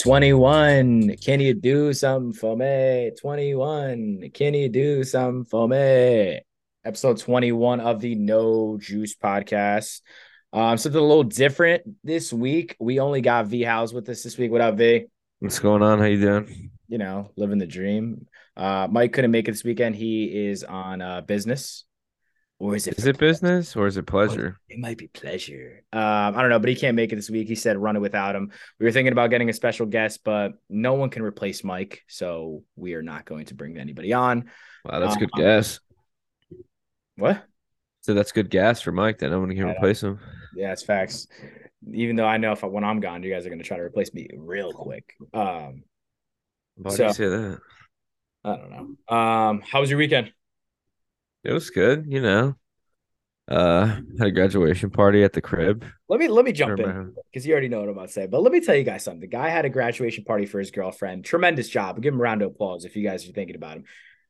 21. Can you do something for me? 21. Can you do something for me? Episode 21 of the No Juice podcast. Um, something a little different this week. We only got V House with us this week. What up, V? What's going on? How you doing? You know, living the dream. Uh, Mike couldn't make it this weekend. He is on uh business. Or is it Is it business or is it pleasure? It might be pleasure. Um, I don't know, but he can't make it this week. He said run it without him. We were thinking about getting a special guest, but no one can replace Mike, so we are not going to bring anybody on. Wow, that's a good Um, gas. What? So that's good gas for Mike. Then I'm gonna I can don't- replace him. Yeah, it's facts. Even though I know if I, when I'm gone, you guys are going to try to replace me real quick. Um, Why So- did you say that? I don't know. Um, how was your weekend? It was good, you know. Uh, had a graduation party at the crib. Let me let me jump Remember in how- because you already know what I'm about to say. But let me tell you guys something. The guy had a graduation party for his girlfriend. Tremendous job. Give him a round of applause if you guys are thinking about him.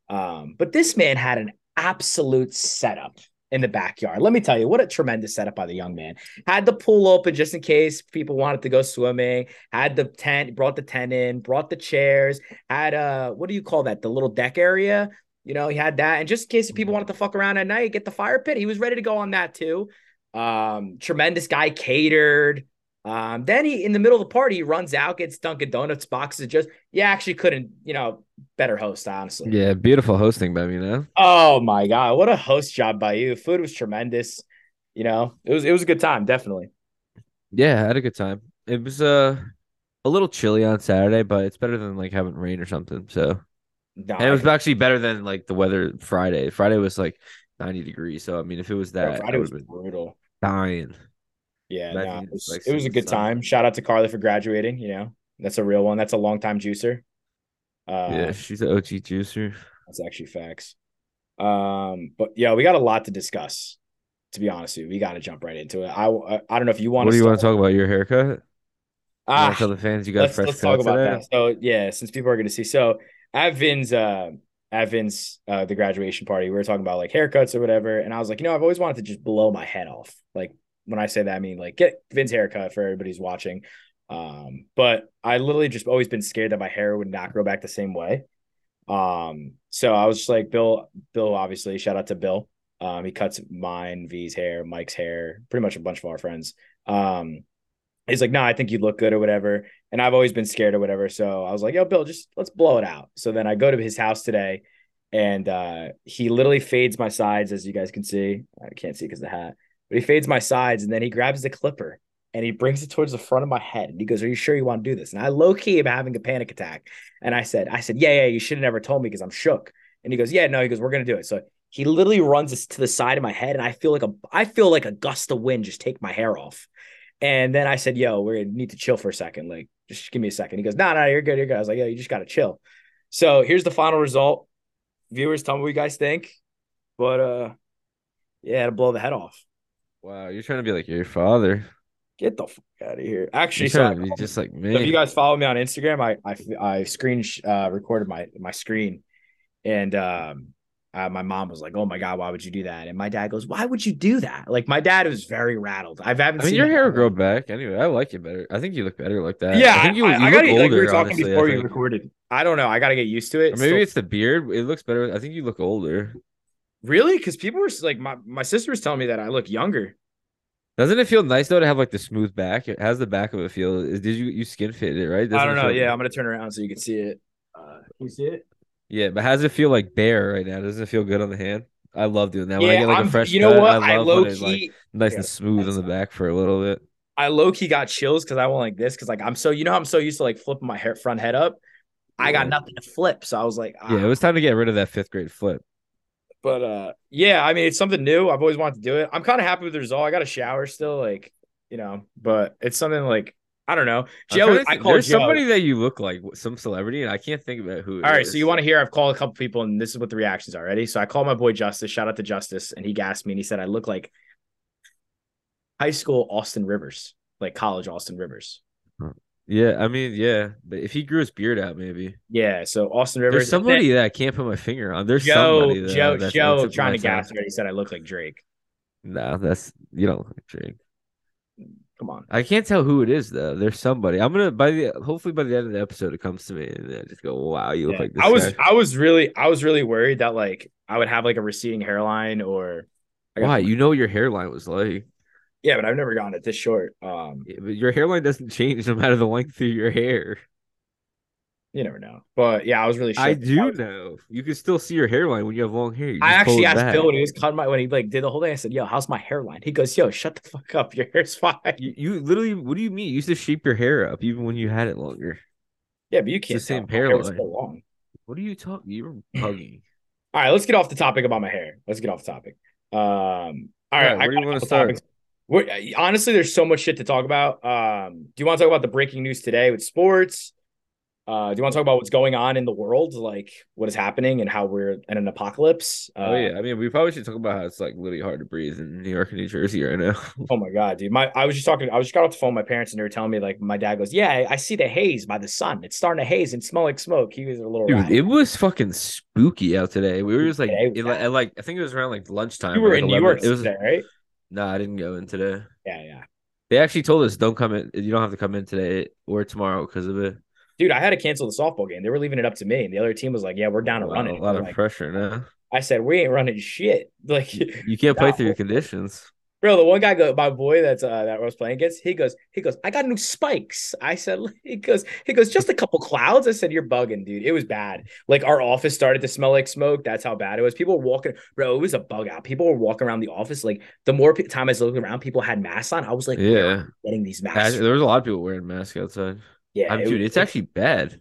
Um, but this man had an absolute setup in the backyard. Let me tell you, what a tremendous setup by the young man. Had the pool open just in case people wanted to go swimming. Had the tent, brought the tent in, brought the chairs. Had uh, what do you call that? The little deck area. You know, he had that, and just in case if people wanted to fuck around at night, get the fire pit. He was ready to go on that too. Um, tremendous guy catered. Um, then he in the middle of the party he runs out, gets Dunkin' Donuts boxes. Just yeah, actually couldn't you know better host honestly. Yeah, beautiful hosting by me now. Oh my god, what a host job by you. Food was tremendous. You know, it was it was a good time, definitely. Yeah, I had a good time. It was uh a little chilly on Saturday, but it's better than like having rain or something. So No, and it was actually better than like the weather Friday. Friday was like 90 degrees. So I mean, if it was bro, that, Friday I would was have been brutal. dying. Yeah, Imagine no, if it it's was, like it was a good some sun. time. Shout out to Carly for graduating, you know. That's a real one. That's a long time juicer. Uh yeah, she's an OG juicer. that's actually facts. Um, but yeah, we got a lot to discuss. To be honest with you, we got to jump right into it. I I, I don't know if you want What do to you want to talk about? Your haircut? I Ah, tell the fans you got let's, fresh let's talk cuts about today? that. So yeah, since people are going to see, so at Vin's, uh, at Vin's, uh, the graduation party, we were talking about like haircuts or whatever, and I was like, you know, I've always wanted to just blow my head off. Like when I say that, I mean like get Vin's haircut for everybody's watching. Um, but I literally just always been scared that my hair would not grow back the same way. Um, so I was just like Bill, Bill, obviously, shout out to Bill. Um, he cuts mine, V's hair, Mike's hair, pretty much a bunch of our friends. Um, he's like, no, I think you look good or whatever. And I've always been scared or whatever. So I was like, yo, Bill, just let's blow it out. So then I go to his house today and uh, he literally fades my sides, as you guys can see. I can't see because the hat, but he fades my sides and then he grabs the clipper and he brings it towards the front of my head. And he goes, Are you sure you want to do this? And I low key am having a panic attack. And I said, I said, Yeah, yeah, you should have never told me because I'm shook. And he goes, Yeah, no, he goes, We're going to do it. So he literally runs this to the side of my head and I feel like a I feel like a gust of wind just take my hair off. And then I said, "Yo, we need to chill for a second. Like, just give me a second. He goes, "No, no, you're good, you're good." I was like, "Yo, you just gotta chill." So here's the final result. Viewers, tell me what you guys think. But uh, yeah, to blow the head off. Wow, you're trying to be like your father. Get the fuck out of here. You're Actually, so trying I- to be just like so if me. you guys follow me on Instagram, I I, I screen sh- uh, recorded my my screen, and um, uh, my mom was like, "Oh my god, why would you do that?" And my dad goes, "Why would you do that?" Like my dad was very rattled. I haven't I mean, seen your him- hair will grow back anyway. I like it better. I think you look better like that. Yeah, Uh, I think you, you gotta, look older. like we were talking honestly, I before we think. recorded. I don't know. I gotta get used to Or it. maybe So- it's the beard. It looks better. I think you look older. really because people were like, my my sister was telling me that I look younger. Doesn't it feel nice though to have like the smooth back? It has the back of it feel. Is- Did you you skin fit it right? I Doesn't don't it know. feel- Yeah, I'm gonna turn around so you can see it. Uh, can you see it? yeah. But how does it feel like bare right now? Doesn't it feel good on the hand? I love doing that. When I yeah, get like I'm, a fresh you know cut, what? I I, love low when it's like key, nice Yeah, and smooth on that's the back for a little bit. I low key got chills because I went like this because like I'm so you know how I'm so used to like flipping my hair front head up. I got Yeah. nothing to flip, so I was like, ah. Yeah, it was time to get rid of that fifth grade flip. but uh, yeah, I mean it's something new. I've always wanted to do it. I'm kind of happy with the result. I got a shower still, like you know, but it's something like I don't know. I'm Joe, trying was- to I think- called there's Joe. somebody that you look like, wh- some celebrity, and I can't think about who. it is. All right, so you want to hear? I've called a couple people, and this is what the reactions are. Ready? So I called my boy Justice. Shout out to Justice, and he gasped me, and he said, "I look like high school Austin Rivers, like college Austin Rivers." Yeah, I mean, yeah, but if he grew his beard out, maybe Yeah, so Austin Rivers. there's somebody that I can't put my finger on. There's Joe, somebody though, Joe, that's- Joe, that's trying to my time. gasp me. He said, "I look like Drake." No, that's you don't look like Drake. Come on. I can't tell who it is though. There's somebody. I'm gonna by the hopefully by the end of the episode it comes to me and I just go, wow, you look Yeah. like this. I was guy." I was really I was really worried that like I would have like a receding hairline or I got- why? You know what your hairline was like. yeah, but I've never gotten it this short. Um, Yeah, but Your hairline doesn't change no matter the length of your hair. you never know. But yeah, I was really. I shook. do know. You can still see your hairline when you have long hair. You I just pull actually it asked back. Bill when he was cutting my when he like did the whole thing. I said, "Yo, how's my hairline?" He goes, "Yo, shut the fuck up. Your hair's fine." You, you literally, what do you mean? You used to shape your hair up even when you had it longer. yeah, but you the can't. same tell. My hair was hairline. so long. What are you talking? You're puggy. All right, let's get off the topic about my hair. Let's get off the topic. Um, all right, right, I where do you got a wanna couple start? topics. What- honestly, there's so much shit to talk about. Um, do you want to talk about the breaking news today with sports? Uh, do you want to talk about what's going on in the world, like what is happening and how we're in an apocalypse? Uh, oh yeah, I mean, we probably should talk about how it's like literally hard to breathe in New York and New Jersey right now. Oh my god, dude! My I was just talking. I was just got off the phone. with My parents and they were telling me like my dad goes, "Yeah, I, I see the haze by the sun. It's starting to haze and smell like smoke." He was a little. Dude, rat. it was fucking spooky out today. We were just like, Today, it, yeah. at, like I think it was around like lunchtime. you or, were like, in New 11. York It was today, right? no, I didn't go in today. Yeah, yeah. They actually told us don't come in. You don't have to come in today or tomorrow because of it. Dude, I had to cancel the softball game. They were leaving it up to me, and the other team was like, "Yeah, we're down to Wow, run it." A lot of Like, pressure now. I said, "We ain't running shit." Like, You can't play Nah. through your conditions. bro, the one guy, go, my boy, that's uh, that I was playing against, he goes, he goes, "I got new spikes." I said, "He goes, he goes, just a couple clouds." I said, "You're bugging, dude. It was bad. Like our office started to smell like smoke. That's how bad it was. People were walking, bro. It was a bug out. People were walking around the office. Like the more pe- time I was looking around, people had masks on. I was like, "Where are Yeah, you getting these I, masks." there was a lot of people wearing masks outside. yeah, I'm, it dude, was- it's actually bad.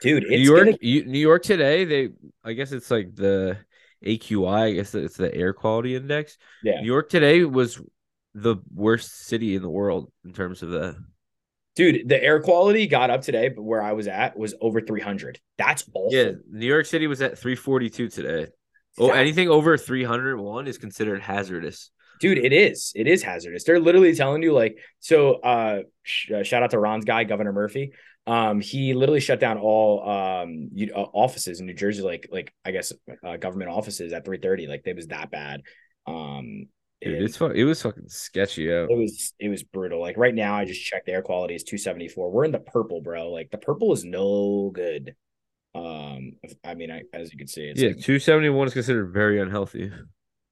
dude. New It's York, gonna- you, New York today. They, I guess it's like the AQI. I guess it's the air quality index. Yeah. New York today was the worst city in the world in terms of the. dude. The air quality got up today, but where I was at was over 300. That's awful. Yeah, New York City was at 342 today. Oh, That- anything over 301 is considered hazardous. dude it is it is hazardous they're literally telling you like so uh, sh- uh shout out to ron's guy governor murphy um he literally shut down all um you, uh, offices in new jersey like like i guess uh, government offices at 3:30. like it was that bad um Dude, and it's fu- it was fucking sketchy out. it was it was brutal like right now i just checked the air quality is 274 we're in the purple bro like the purple is no good um if- i mean I, as you can see it's Yeah, like- 271 is considered very unhealthy.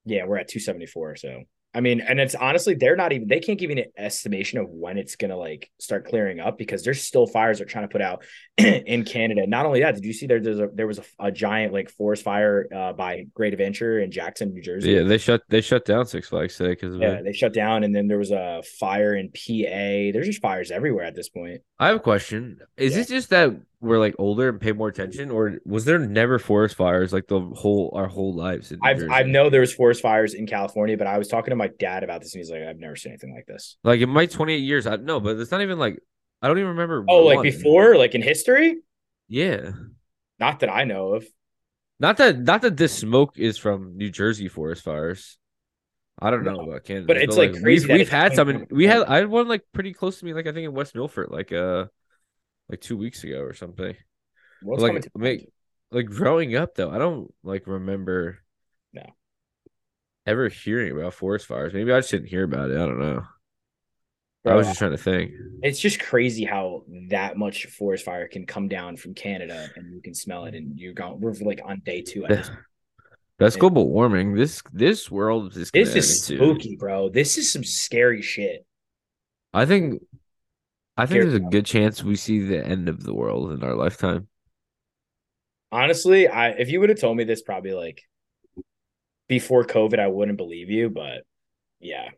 Yeah, we're at 274. So I mean, and it's honestly they're not even they can't give you an estimation of when it's gonna like start clearing up because there's still fires they're trying to put out in Canada. Not only that, did you see there there's a there was a, a giant like forest fire uh, by Great Adventure in Jackson, New Jersey. Yeah, they shut they shut down Six Flags today because of Yeah, it. they shut down, and then there was a fire in PA. There's just fires everywhere at this point. I have a question. Is Yeah. it just that we're like older and pay more attention, or was there never forest fires like the whole our whole lives? In New I've I Jersey? know there was forest fires in California, but I was talking to my dad about this, and he's like, "I've never seen anything like this." like in my 28 years. I know, but it's not even like I don't even remember. Oh, like one. before, like in history? Yeah, Not that I know of. not that not that this smoke is from New Jersey forest fires. I don't know No, about Canada, but it's, like, crazy that We've, we've it's had coming some. in- from We had Canada. I had one like pretty close to me, like I think in West Milford, like uh, like two weeks ago or something. What's like coming to make like growing up though, I don't like remember No. ever hearing about forest fires. Maybe I just didn't hear about it. I don't know. I Bro, was just trying to think. It's just crazy how that much forest fire can come down from Canada and you can smell it and you're going we're like on day two at this. That's Yeah. global warming. This this world is gonna This is end soon. spooky, bro. This is some scary shit. I think I think Scary there's a good chance we see the end of the world in our lifetime. Honestly, I if you would have told me this probably like before COVID, I wouldn't believe you, but yeah.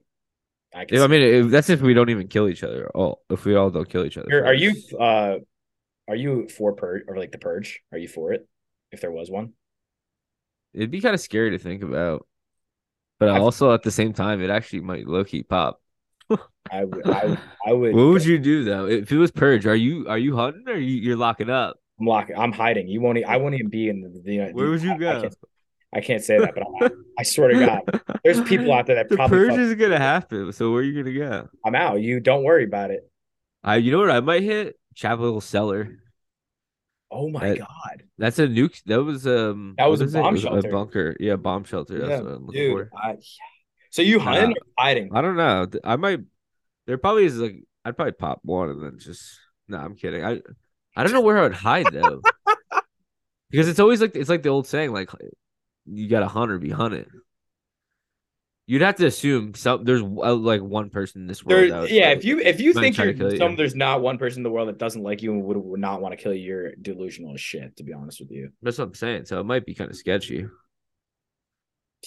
I can If- I see- mean, if, that's if we don't even kill each other. All if we all don't kill each other. You're- are you first. uh are you for purge or like the purge? Are you for it? If there was one? It'd be kind of scary to think about, but I've- also at the same time, it actually might low key pop. I would I would I would What would you do though if it was purge? Are you are you hunting or you, you're locking up? I'm locking I'm hiding. You won't e- I won't even be in the, the Where would I- you I go? can't- I can't say that, but I, I swear to God, there's people out there that The probably purge fuck- is gonna happen, so where are you gonna go? I'm out. You don't worry about it. I you know what I might hit Chapel Hill Cellar. Oh my That- God, That's a nuke. That was um. That was a what is it? It bomb was shelter. A bunker. Yeah, bomb shelter. That's Yeah, what I'm looking dude. for. I, so you hunting Nah. or hiding? I don't know. Th- I might. There probably is like I'd probably pop one and then just no, I'm kidding. I I don't know where I would hide though. because it's always like it's like the old saying, like you got a hunter be hunted. You'd have to assume some there's uh, like one person in this world. There, that would yeah, probably- if you if you might think try to you're kill you. some, there's not one person in the world that doesn't like you and would, would not want to kill you. You're delusional as shit, to be honest with you. that's what I'm saying. So it might be kind of sketchy.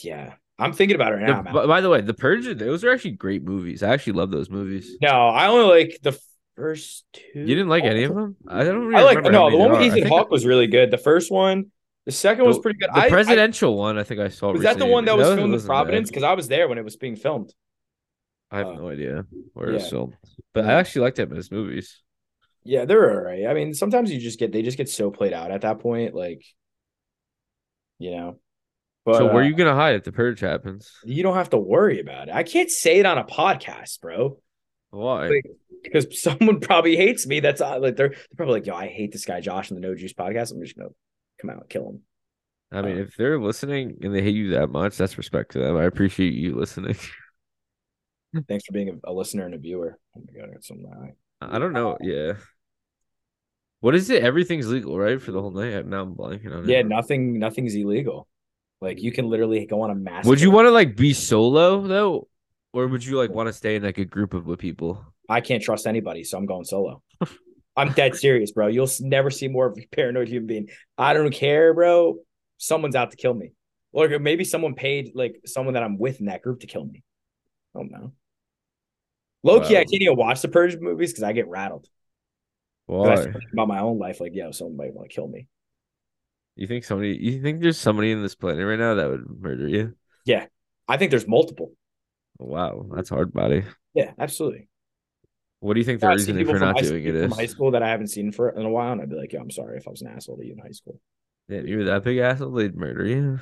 Yeah, I'm thinking about it right now. The- man. by, by the way, The Purge, those are actually great movies. I actually love those movies. No, I only like the first two. Oh, You didn't like any of them? I don't really I like remember no, how the many one with there are. I Ethan think Hawke was really good. The first one, the second was The- pretty good. The I- I, presidential one, I think I saw. was that the recently. one that was wasn't- filmed in wasn't bad. Providence? Because I was there when it was being filmed. I have uh, no idea where it's yeah. filmed, but I Yeah. actually liked him in his movies. Yeah, they're all right. I mean, sometimes you just get they just get so played out at that point, like you know. But so where uh, you gonna hide if the purge happens? you don't have to worry about it. I can't say it on a podcast, bro, Why? Like- because someone probably hates me. That's uh, like they're, they're probably like, yo, I hate this guy Josh from the No Juice podcast. I'm just gonna come out and kill him. I mean, uh, if they're listening and they hate you that much, that's respect to them. I appreciate you listening. Thanks for being a, a listener and a viewer. Oh my god, I got something. on my eye. I don't Uh, know. Yeah. What is it? Everything's legal, right? For the whole night. Now I'm blanking on it. Yeah, nothing, nothing's illegal. Like you can literally go on a mass. Would you killing. want to like be solo though, or would you like want to stay in like a group of with people? I can't trust anybody, so I'm going solo. I'm dead serious, bro. You'll s- never see more of a paranoid human being. I don't care, bro. Someone's out to kill me, or maybe someone paid like someone that I'm with in that group to kill me. I don't know. Low key, I Wow. can't even watch the Purge movies because I get rattled. 'Cause I Why? start thinking about my own life, like, yo, someone might want to kill me. You think somebody? You think there's somebody in this planet right now that would murder you? I think there's multiple. Wow, that's hard, body. Yeah, absolutely. What do you think the Yeah, I've seen reasoning people for from not high- doing it people is? from high school that I haven't seen for in a while, and I'd be like, "Yo, I'm sorry if I was an asshole to you in high school, Yeah, if you were that big asshole, they'd murder you.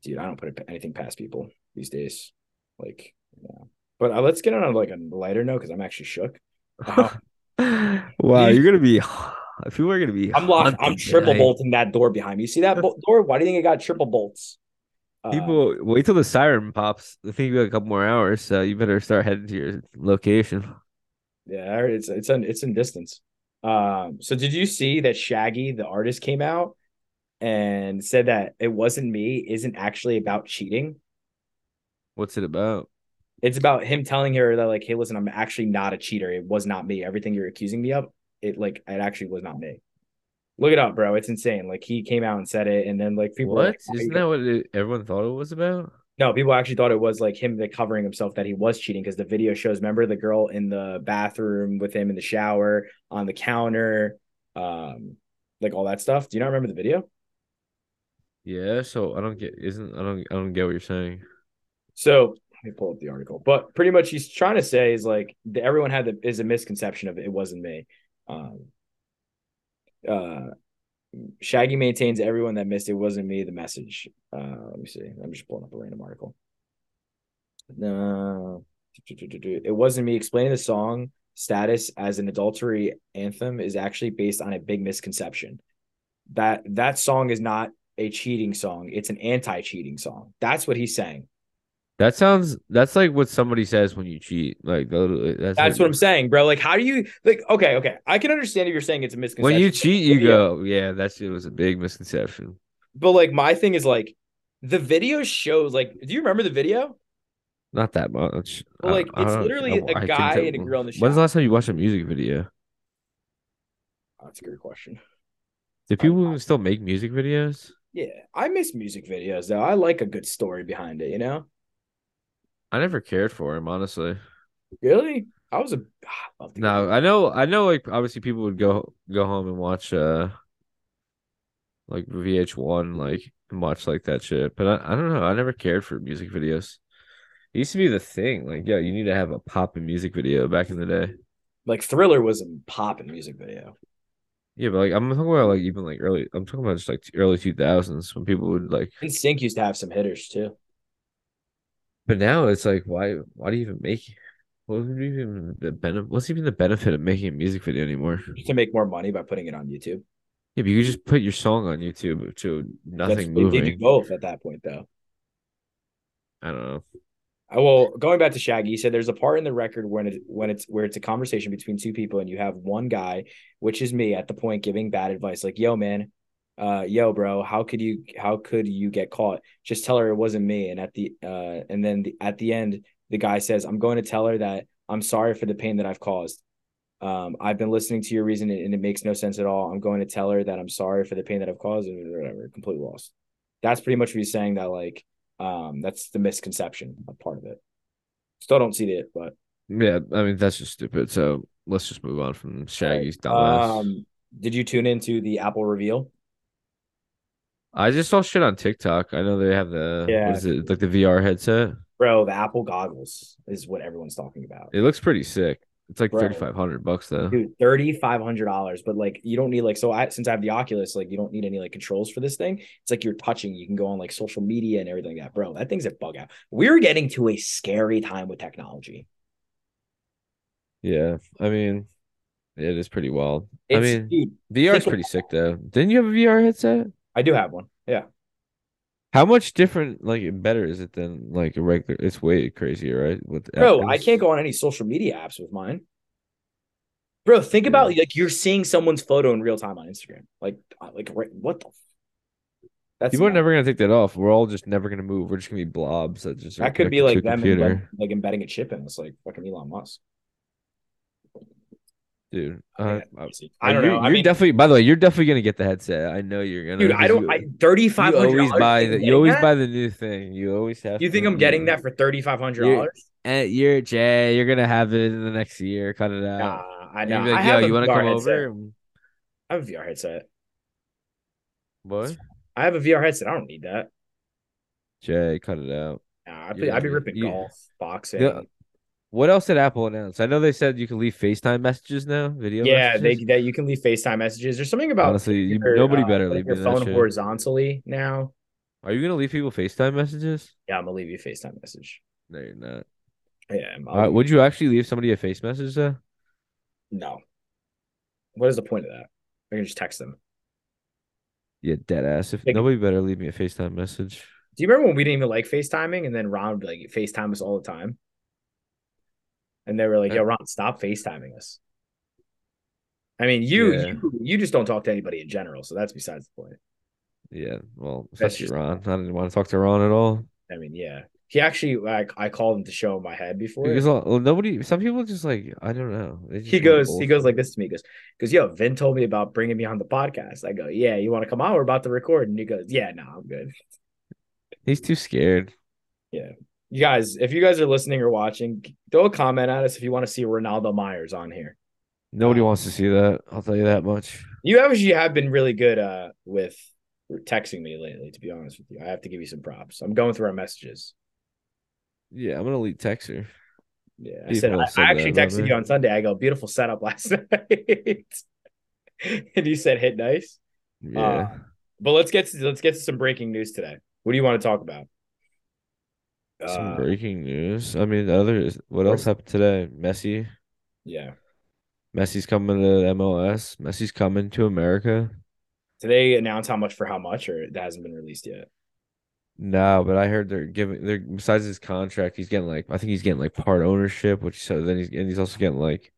dude. I don't put it- anything past people these days." Like, yeah. But uh, let's get on like a lighter note because I'm actually shook. Uh, Wow. wow, You- you're gonna be. People are gonna be. I'm locked. I'm hunted triple tonight. bolting that door behind me. You see that bol- door? Why do you think it got triple bolts? Uh, People wait till the siren pops. I think you got a couple more hours, so you better start heading to your location. yeah, it's it's in it's in distance. Um, so did you see that Shaggy, the artist, came out and said that it wasn't me isn't actually about cheating. What's it about? it's about him telling her that like hey listen i'm actually not a cheater it was not me everything you're accusing me of it like it actually was not me look it up bro it's insane like he came out and said it and then like people are What like, "Why are you isn't that what it, everyone thought it was about? no, people actually thought it was like him like, covering himself that he was cheating because the video shows. Remember the girl in the bathroom with him in the shower on the counter, um, like all that stuff. Do you not remember the video? Yeah, so I don't get. Isn't I don't I don't get what you're saying. So let me pull up the article. But pretty much, he's trying to say is like the, everyone had the, is a misconception of it wasn't me. Um, uh, Shaggy maintains everyone that missed it wasn't me. The message. Uh, let me see. I'm just pulling up a random article. No, it wasn't me. Explaining the song status as an adultery anthem is actually based on a big misconception. That that song is not a cheating song. It's an anti-cheating song. That's what he's saying. That sounds. That's like what somebody says when you cheat. Like literally, that's That's what I'm saying, bro. Like, how do you like? Okay, okay, I can understand if you're saying it's a misconception. When you cheat, you Yeah. go, yeah, that shit was a big misconception. but like, my thing is like, the video shows. Like, do you remember the video? Not that much. But, I- like, I it's don't- literally I- a I can guy tell- and a girl in the When's shower. the last time you watched a music video? Oh, that's a good question. Do people even still make music videos? Yeah, I miss music videos though. I like a good story behind it. You know, I never cared for him, honestly. really, I was a. ah, I loved the No, I know, I know. Like obviously, people would go go home and watch, uh, like VH1, like and watch like that shit. But I, I don't know. I never cared for music videos. It used to be the thing. Like, yeah, you need to have a poppin' music video back in the day. like Thriller was a poppin' music video. Yeah, but like I'm talking about like even like early. I'm talking about just like early 2000s when people would like. And Sync used to have some hitters too. But now it's like, why? Why do you even make? What would be even the benefit? What's even the benefit of making a music video anymore? To make more money by putting it on YouTube. Yeah, but you could just put your song on YouTube to That's- nothing they- They moving. did both at that point though. I don't know. I- Well, going back to Shaggy, he said there's a part in the record when it when it's where it's a conversation between two people and you have one guy, which is me, at the point giving bad advice, like, yo, man, uh, yo, bro, how could you how could you get caught? Just tell her it wasn't me. And at the uh and then the, at the end, the guy says, I'm going to tell her that I'm sorry for the pain that I've caused. Um, I've been listening to your reason and it makes no sense at all. I'm going to tell her that I'm sorry for the pain that I've caused and whatever, complete loss. That's pretty much what he's saying that like um that's the misconception of part of it. Still don't see it, but Yeah, I mean that's just stupid. So let's just move on from Shaggy's dumbass. um did you tune into the Apple reveal? I just saw shit on TikTok. I know they have the Yeah. what is it like the VR headset. Bro, the Apple goggles is what everyone's talking about. It looks pretty sick. It's like Right. thirty five hundred bucks though. Dude, thirty five hundred dollars, but like you don't need like so I since I have the Oculus, like you don't need any like controls for this thing. It's like you're touching. You can go on like social media and everything like that, bro. That thing's a bug out. We're getting to a scary time with technology. Yeah, I mean, it is pretty wild. I It's, mean, dude, VR is think pretty sick though. Didn't you have a VR headset? I do have one. Yeah, How much different, like better is it than like a regular? It's way crazier, right? With bro, I Apple's. can't go on any social media apps with mine. Bro, think about like you're seeing someone's photo in real time on Instagram. Like, I- like right- what the? F- That's People are not- never gonna take that off. We're all just never gonna move. We're just gonna be blobs that just are That could be like connected to a them computer, embe- like embedding a chip in. It's like fucking Elon Musk. dude. I Uh, think that's uh, crazy. I don't you're, know. I you're mean, definitely. By the way, you're definitely gonna get the headset. I know you're gonna. dude, I 'cause don't. you- I thirty five You hundred. always buy the. You always buy the new thing. You always have. You think to- I'm getting that for thirty five hundred dollars? Eh, you're Jay. You're gonna have it in the next year. Cut it out. Nah, I And know. you'll be like, I have Yo, a you want to VR come headset. over? I have a VR headset. What? I have a VR headset. I don't need that. Jay, cut it out. Nah, I'd, be, Yeah, I'd be you- ripping you- golf, boxing. Yeah. What else did Apple announce? I know they said you can leave FaceTime messages now, video. Yeah, they messages. that you can leave FaceTime messages. There's something about honestly, you, your, nobody uh, better putting leave your me that phone shit. horizontally now. Are you gonna leave people FaceTime messages? Yeah, I'm gonna leave you a FaceTime message. No, you're not. Oh, Yeah, I'm, I'll Uh, leave- would you actually leave somebody a face message though? no. What is the point of that? I can just text them. Yeah, dead ass. If Like- nobody better leave me a FaceTime message. Do you remember when we didn't even like FaceTiming and then Ron would like FaceTime us all the time? And they were like, yo, Ron, stop FaceTiming us. I mean, you Yeah. you you just don't talk to anybody in general, so that's besides the point. Yeah, well, That's especially just- Ron. I didn't want to talk to Ron at all. I mean, yeah. He actually like I called him to show him my head before. Because uh, well, nobody, some people just like I don't know. They just he want goes, old he goes school. like this to me. He goes, because yo, Vin told me about bringing me on the podcast. I go, yeah, you want to come on? We're about to record. And he goes, yeah, no, I'm good. He's too scared. You guys, if you guys are listening or watching, throw a comment at us if you want to see Ronaldo Myers on here. Nobody Uh, wants to see that. I'll tell you that much. You actually have been really good uh with texting me lately. To be honest with you, I have to give you some props. I'm going through our messages. Yeah, I'm gonna leave Texer. Yeah, I said People I, have said I that actually about texted me. you on Sunday. I go, beautiful setup last night, and you said hit nice. Yeah. Uh, But let's get to, let's get to some breaking news today. What do you want to talk about? Some Uh, breaking news. I mean, others. What what- else happened today? Messi. yeah. Messi's coming to MLS. Messi's coming to America. Did they announce how much for how much, or that hasn't been released yet? No, but I heard they're giving. They're besides his contract, he's getting like I think he's getting like part ownership, which so then he's and he's also getting like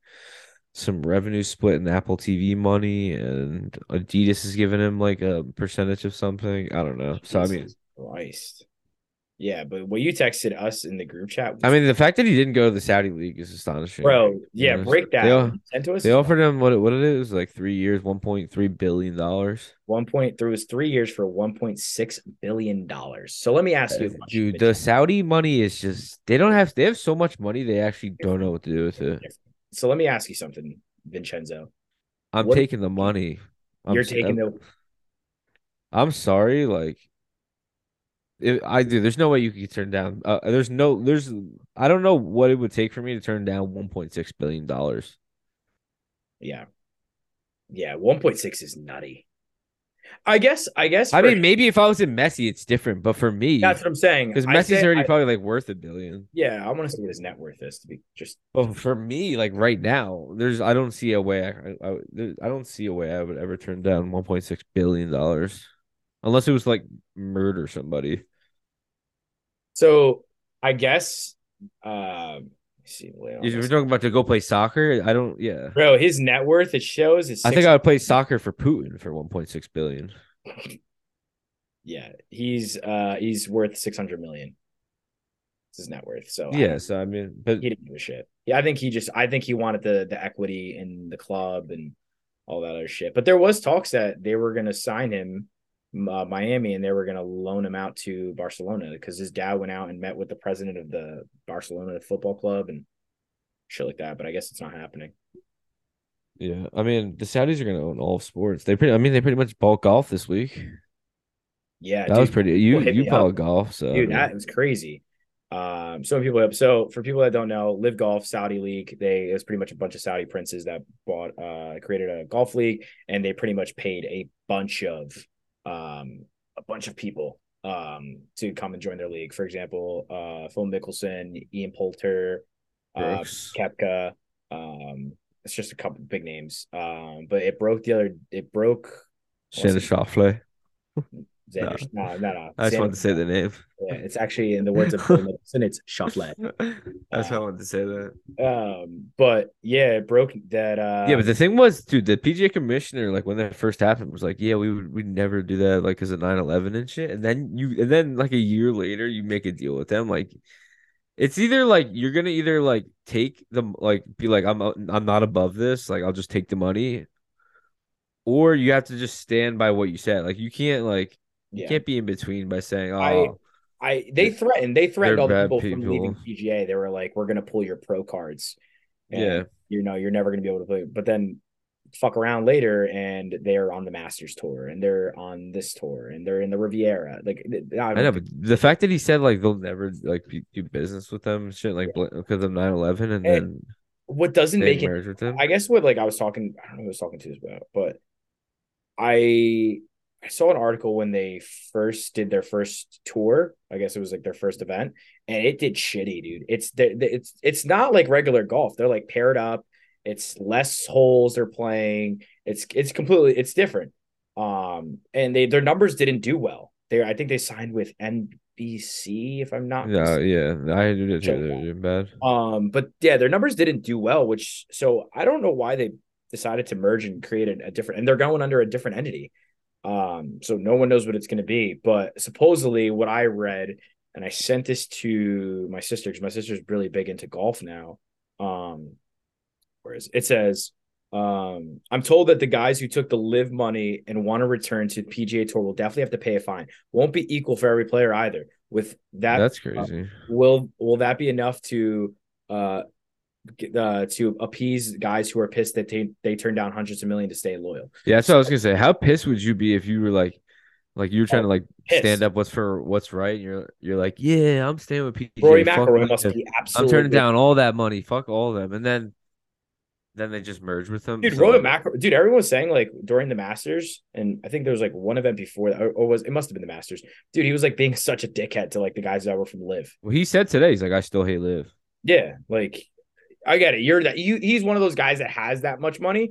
some revenue split in Apple TV money, and Adidas is giving him like a percentage of something. I don't know. Uh, So I mean, Jesus Christ. Yeah, but what you texted us in the group chat, was- I mean, the fact that he didn't go to the Saudi league is astonishing. bro, yeah, honest. break that. They all- Send to us They offered him what? it- What it is like three years, one point three billion dollars. one point through his three years for one point six billion dollars. So let me ask you, a question, Dude, Mitch. the Saudi money is just they don't have they have so much money they actually don't know what to do with it. so let me ask you something, Vincenzo. I'm What- taking the money. I'm, You're s- taking the I'm sorry, like if I do. There's no way you could turn down. Uh, there's no. There's. I don't know what it would take for me to turn down 1.6 billion dollars. yeah, yeah. One point six is nutty. I guess. I guess. I for- mean, maybe if I was in Messi, it's different. But for me, that's what I'm saying. because I Messi's say- already I- probably like worth a billion. yeah, I want to see what his net worth is to be just. But for me, like right now, there's I don't see a way I I, I- there- I don't see a way I would ever turn down 1.6 billion dollars, unless it was like murder somebody. So I guess Um, let's see, wait, If we're honest. talking about to go play soccer, I don't. Yeah, bro, his net worth it shows is. I six- think I would play soccer for Putin for 1.6 billion. yeah, he's uh he's worth six hundred million. This is net worth. So Oh, I Yeah, so I mean, but he didn't give a shit. Yeah, I think he just I think he wanted the the equity in the club and all that other shit. But there was talks that they were gonna sign him, uh, Miami, and they were gonna loan him out to Barcelona because his dad went out and met with the president of the Barcelona football club and shit like that. But I guess it's not happening. yeah, I mean, the Saudis are going to own all of sports. They pretty. I mean, they pretty much bought golf this week. Yeah, That was dude. pretty. You hit you me up. bought golf, so I dude mean, that was crazy um so many people have so for people that don't know live golf saudi league they it was pretty much a bunch of saudi princes that bought uh created a golf league and they pretty much paid a bunch of um a bunch of people um to come and join their league for example uh phil mickelson ian poulter uh, gross. Kepka. Um, it's just a couple of big names. Um, but it broke the other. It broke. Shannon Schauffele. Xander. No, no, no. I just Xander- wanted to say the name. Yeah, it's actually in the words of Phil Mickelson. It's Shufflet. That's Uh, why I wanted to say that. Um, but yeah, it broke that. Uh, yeah, but the thing was, dude, the PGA commissioner, like when that first happened, was like, "Yeah, we would we never do that, like as a 9/11 and shit." And then you, and then like a year later, you make a deal with them. Like, it's either like you're gonna either like take the like be like, "I'm I'm not above this, like I'll just take the money," or you have to just stand by what you said. Like you can't like you yeah. can't be in between by saying, "Oh, I- I they threatened they threatened They're all the people, bad from leaving people. PGA. They were like, "We're gonna pull your pro cards." and, yeah, you know, you're never gonna be able to play. But then fuck around later, and they're on the Masters tour, and they're on this tour, and they're in the Riviera. Like th- I know, but the fact that he said like they'll never like be- do business with them, and shit, like because of 9/11, and And then what doesn't they make it merge with them. I guess what like I was talking, I don't know who I was talking to this about, but I I saw an article when they first did their first tour. I guess it was like their first event, and it did shitty, dude. It's the- the- it's it's not like regular golf. They're like paired up. It's less holes they're playing. It's it's completely it's different. Um, and they their numbers didn't do well. They I think they signed with NBC if I'm not No, yeah, I did it Check too. They're that. doing bad. Um, but yeah, their numbers didn't do well, which so I don't know why they decided to merge and create a, a different and they're going under a different entity. Um, so no one knows what it's gonna be. But supposedly what I read, and I sent this to my sister because my sister's really big into golf now. Um, where is it? It says, um, I'm told that the guys who took the live money and want to return to PGA tour will definitely have to pay a fine. Won't be equal for every player either. With that uh, That's crazy. will will that be enough to uh, get- uh to appease guys who are pissed that they they turned down hundreds of million to stay loyal? yeah, that's what I was gonna say. How pissed would you be if you were like, like you were trying to like Oh, Pissed. stand up what's for what's right? And you're you're like, yeah, I'm staying with PJ. Rory fuck McIlroy them. must be I'm absolutely. turning down all that money. Fuck all of them, and then, then they just merge with them. Dude, so, Rory like, McIlroy. Dude, everyone was saying like during the Masters, and I think there was like one event before that, or, or was it must have been the Masters. Dude, he was like being such a dickhead to like the guys that were from Live. Well, he said today, he's like, I still hate live. Yeah, like I get it. You're that you he's one of those guys that has that much money.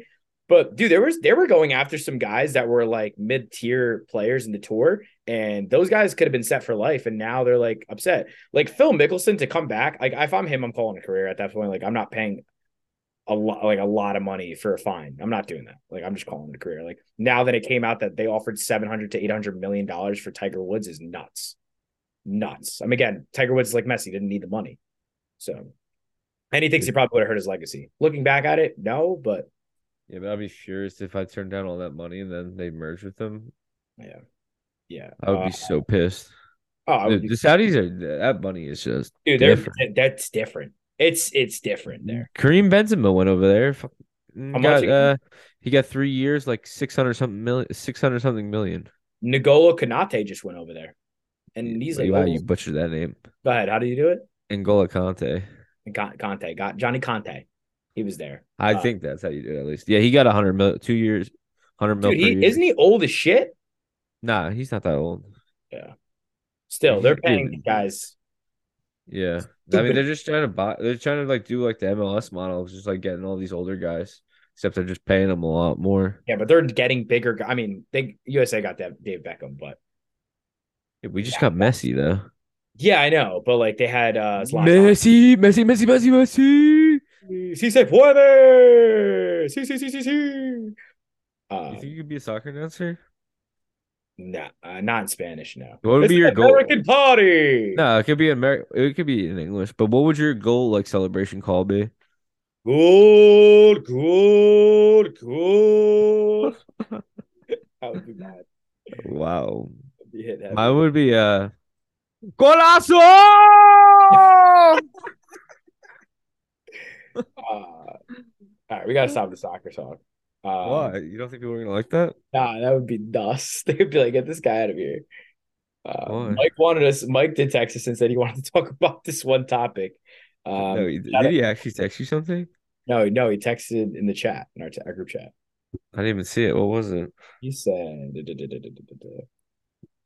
But dude, there was they were going after some guys that were like mid-tier players in the tour, and those guys could have been set for life, and now they're like upset. Like Phil Mickelson to come back, like if I'm him, I'm calling a career at that point. Like I'm not paying a lot like a lot of money for a fine. I'm not doing that. Like I'm just calling it a career. Like now that it came out that they offered 700 to 800 million dollars for Tiger Woods is nuts. Nuts. I mean again, Tiger Woods is like Messi, didn't need the money. So and he thinks he probably would have hurt his legacy. Looking back at it, no, but Yeah, but I'd be furious if I turned down all that money and then they merge with them. yeah. I would Uh, be so pissed. oh, I would Dude, be- the Saudis are that money is just dude, they're, different. Mm-hmm. that's different. It's it's different there. Kareem Benzema went over there. Fuck, How got, much again? uh, he got three years, like six hundred something million, six hundred something million. N'Golo Kanate just went over there. And he's like, wow, oh, you butchered that name, go ahead. How do you do it? N'Golo Conte. And Con- Conte got Johnny Conte. He was there. I Uh, think that's how you do it. At least, yeah, he got a hundred mil, two years, hundred mil. Dude, per he year. isn't he old as shit? Nah, he's not that old. Still, they're He paying isn't. these guys. Yeah, I Stupid. mean, they're just trying to buy. They're trying to like do like the MLS model, of just like getting all these older guys. Except they're just paying them a lot more. Yeah, but they're getting bigger. gu- I mean, they USA got that Dave Beckham, but Yeah, We just Yeah. got messy though. Yeah, I know, but like they had uh Zlatan. Messi, Messi, Messi, Messi, Messi. Si se puede. Si si si si si. Uh, you think you could be a soccer announcer? no, uh, not in Spanish. No. What would It's be an your goal? American party. No, it could be in Amer- It could be in English. But what would your goal like celebration call be? Good, good, good. that would be mad. Wow, If you hit that. mine would be uh, golazo. Uh, all right, we gotta stop the soccer talk. Um, Why? You don't think people are gonna like that? Nah, that would be dust. They would be like, get this guy out of here. Uh, Why? Mike wanted us. Mike did text us and said he wanted to talk about this one topic. Um, no, he- did gotta- he actually text you something? no, no, he texted in the chat in our, t- our group chat. I didn't even see it. What was it? He said, "Duh, duh, duh, duh, duh, duh, duh, duh."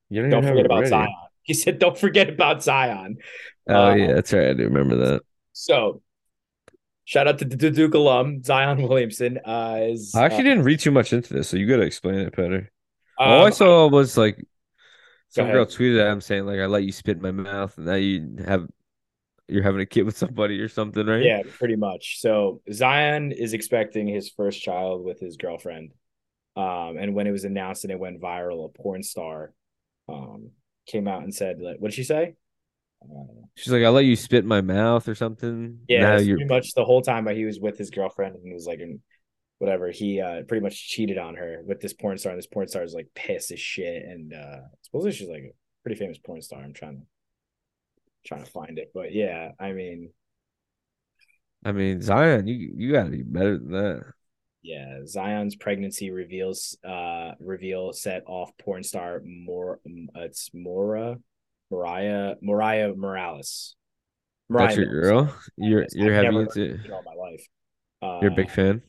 You don't, "Don't even have forget it about ready. Zion." He said, "Don't forget about Zion." Oh Uh, yeah, that's right. I do remember that. So, shout out to the Duke alum Zion Williamson. Uh, is I actually uh, didn't read too much into this, so you gotta explain it better. All I um, saw was like some ahead. girl tweeted at him saying like I let you spit in my mouth and now you have you're having a kid with somebody or something, right? Yeah, pretty much. So Zion is expecting his first child with his girlfriend. Um, and when it was announced and it went viral, a porn star um came out and said, like, what did she say? Uh, She's like, I let you spit in my mouth or something. yeah, Now it's you're pretty much the whole time that he was with his girlfriend and he was like and whatever, he uh pretty much cheated on her with this porn star, and this porn star is like pissed as shit. And uh supposedly she's like a pretty famous porn star. I'm trying to trying to find it. But yeah, I mean I mean, Zion, you you gotta be better than that. Yeah, Zion's pregnancy reveals uh reveal set off porn star more it's Mora Mariah Mariah Morales. That's your Morales, girl. You're I've you're having never it too. in all my life. Uh, You're a big fan.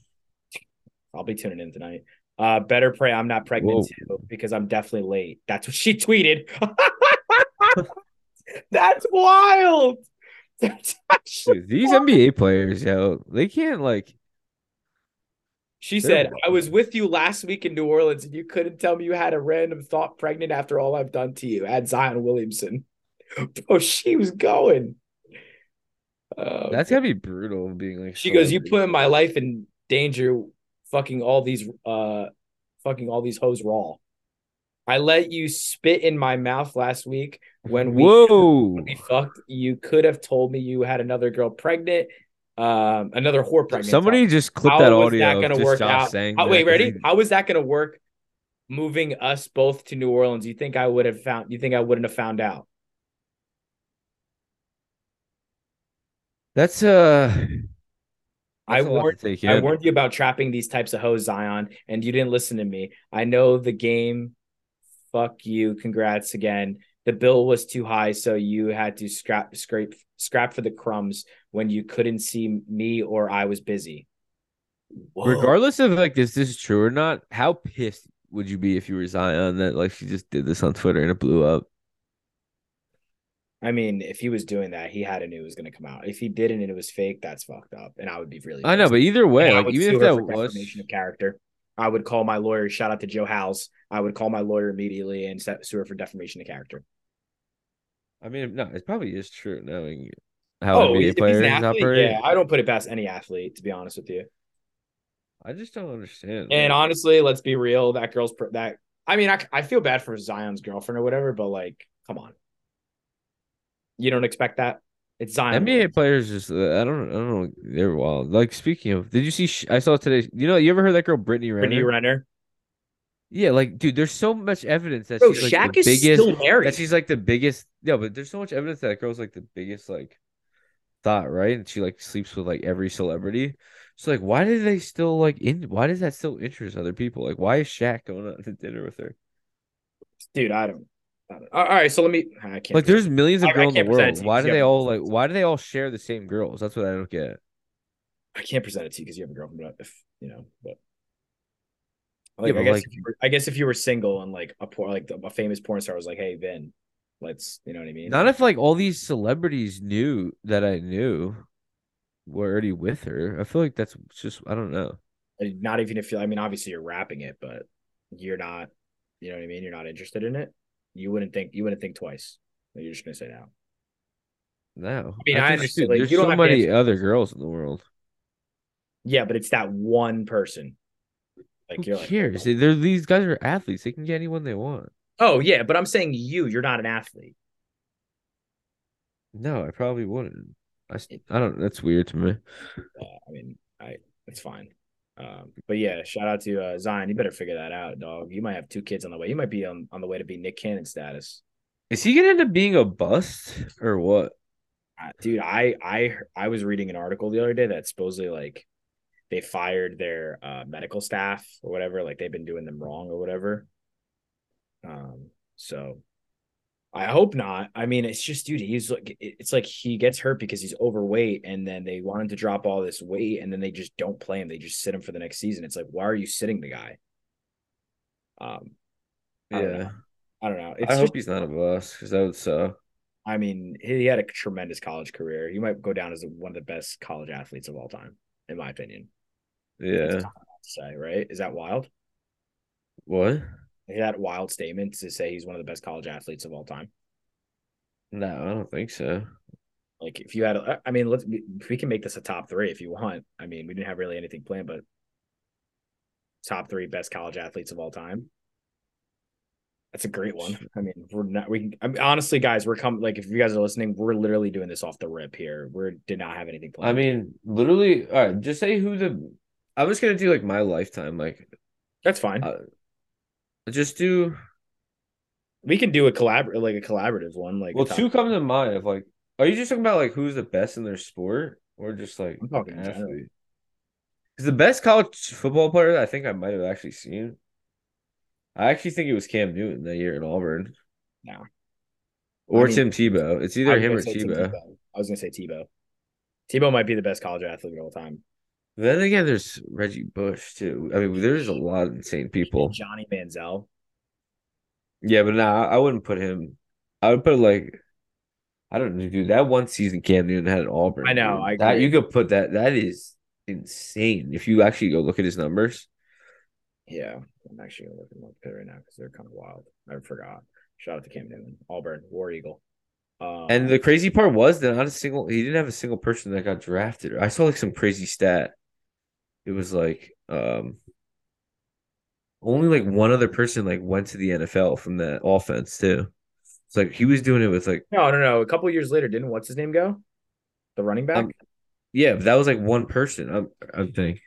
I'll be tuning in tonight. Uh, better pray I'm not pregnant too because I'm definitely late. That's what she tweeted. That's wild. That's actually Dude, these NBA players, yo, they can't like She They're said, I was wild. with you last week in New Orleans and you couldn't tell me you had a random thought pregnant after all I've done to you. Add Zion Williamson. Bro, she was going. Uh, that's gotta be brutal being like she goes, You celebrity. put my life in danger fucking all these uh fucking all these hoes raw. I let you spit in my mouth last week when we Whoa. when we fucked. You could have told me you had another girl pregnant, um, another whore pregnant. Somebody just clip How that was audio. that of gonna just work Josh out? Saying Oh, that wait, 'cause ready? he- How is that going to work? Moving us both to New Orleans. You think I would have found? You think I wouldn't have found out? That's uh. I that's a lot to warned- take I in. warned you about trapping these types of hoes, Zion, and you didn't listen to me. I know the game. Fuck you. Congrats again. The bill was too high, so you had to scrap, scrape, scrap for the crumbs when you couldn't see me or I was busy. Whoa. Regardless of like, is this true or not? How pissed would you be if you were Zion that like she just did this on Twitter and it blew up? I mean, if he was doing that, he had to knew it was going to come out. If he didn't and it was fake, that's fucked up, and I would be really. I know, pissed. but either way, And I like would even sue if her that for was defamation of character, I would call my lawyer. Shout out to Joe Howes. I would call my lawyer immediately and set- sue her for defamation of character. I mean, no, it probably is true knowing how he's- NBA if he's an players athlete, operate. Oh, e-, yeah, I don't put it past any athlete to be honest with you. I just don't understand. And like, honestly, let's be real. That girl's pr- that. I mean, I, I feel bad for Zion's girlfriend or whatever, but like, come on, you don't expect that. It's Zion. NBA players just uh, I don't I don't know they're wild. Like speaking of, did you see? Sh- I saw today. You know, you ever heard that girl Brittany Renner? Brittany Renner. Yeah, like dude, there's so much evidence that Bro, she's like Shaq the is biggest. still married. that she's like the biggest yeah but there's so much evidence that, that girl's like the biggest like thought right and she like sleeps with like every celebrity so like why do they still like in why does that still interest other people like why is Shaq going out to dinner with her Dude, I don't. I don't all right, so let me. I can't. like there's millions I- of I girls in can't the present it to world you why 'cause do you they haven't all like presented it. why do they all share the same girls that's what I don't get I can't present it to you because you have a girlfriend, but if you know, but Yeah, like, I but, guess like- if you were, I guess if you were single and like a poor like a famous porn star was like, hey Ben, let's you know what I mean? not if like all these celebrities knew that I knew were already with her I feel like that's just I don't know And not even if you I mean obviously you're rapping it, but you're not you know what I mean? You're not interested in it. You wouldn't think you wouldn't think twice. You're just gonna say no. No, mean, I think- understand, dude, like, there's you don't so have to many answer other girls in the world. Yeah, but it's that one person. Like Who you're like, cares? They- They're these guys are athletes. They can get anyone they want. oh yeah, but I'm saying you, you're not an athlete. No, I probably wouldn't. I, s- I don't. That's weird to me. Uh, I mean, I it's fine. Um, but yeah, shout out to uh, Zion. You better figure that out, dog. You might have two kids on the way. You might be on, on the way to be Nick Cannon status. Is he gonna end up being a bust or what? Uh, dude, I I I was reading an article the other day that supposedly like they fired their uh, medical staff or whatever. Like they've been doing them wrong or whatever. Um, so I hope not. I mean, it's just, dude, he's like, it- it's like he gets hurt because he's overweight, and then they want him to drop all this weight, and then they just don't play him. They just sit him for the next season. It's like, why are you sitting the guy? Um, I don't know. I don't know. It's I just, hope he's not a bust because that would suck. I mean, he had a tremendous college career. He might go down as one of the best college athletes of all time, in my opinion. That's Yeah. wild to say right? Is that wild? What? Is that wild statement to say he's one of the best college athletes of all time? No, I don't think so. Like, if you had, I- I mean, let's we- we can make this a top three if you want. I mean, we didn't have really anything planned, but top three best college athletes of all time. That's a great one. I mean, we're not. We can, I mean, honestly, guys, we're coming. Like, if you guys are listening, we're literally doing this off the rip here. We did not have anything planned. I mean, literally. All right, just say who the. I'm just gonna do like my lifetime. Like, that's fine. uh, just do. We can do a collabor like a collaborative one. Like, a Well, top- two come to mind. Of like, are you just talking about like who's the best in their sport, or just like I'm talking in general. athlete? Because the best college football player that I think I might have actually seen, I actually think it was Cam Newton that year in Auburn. No. Or I mean- Tim Tebow. It's I either was him gonna or say Tim Tebow. I was gonna say Tebow. Tebow might be the best college athlete of all time. Then again, there's Reggie Bush too. I mean, there's a lot of insane people. Johnny Manziel. Yeah, but nah, I wouldn't put him. I would put like, I don't know, dude. That one season Cam Newton had at Auburn. I know, dude. I that agree. you could put that. That is insane. If you actually go look at his numbers, Yeah, I'm actually gonna look them up right now because they're kind of wild. I forgot. Shout out to Cam Newton, Auburn, War Eagle. Um, and the crazy part was that not a single he didn't have a single person that got drafted. I saw like some crazy stat. It was like um, only like one other person like went to the NFL from that offense too. It's like he was doing it with like. no, no, no. A couple years later, didn't what's his name go? The running back. Um, Yeah, but that was like one person. I'm, I think.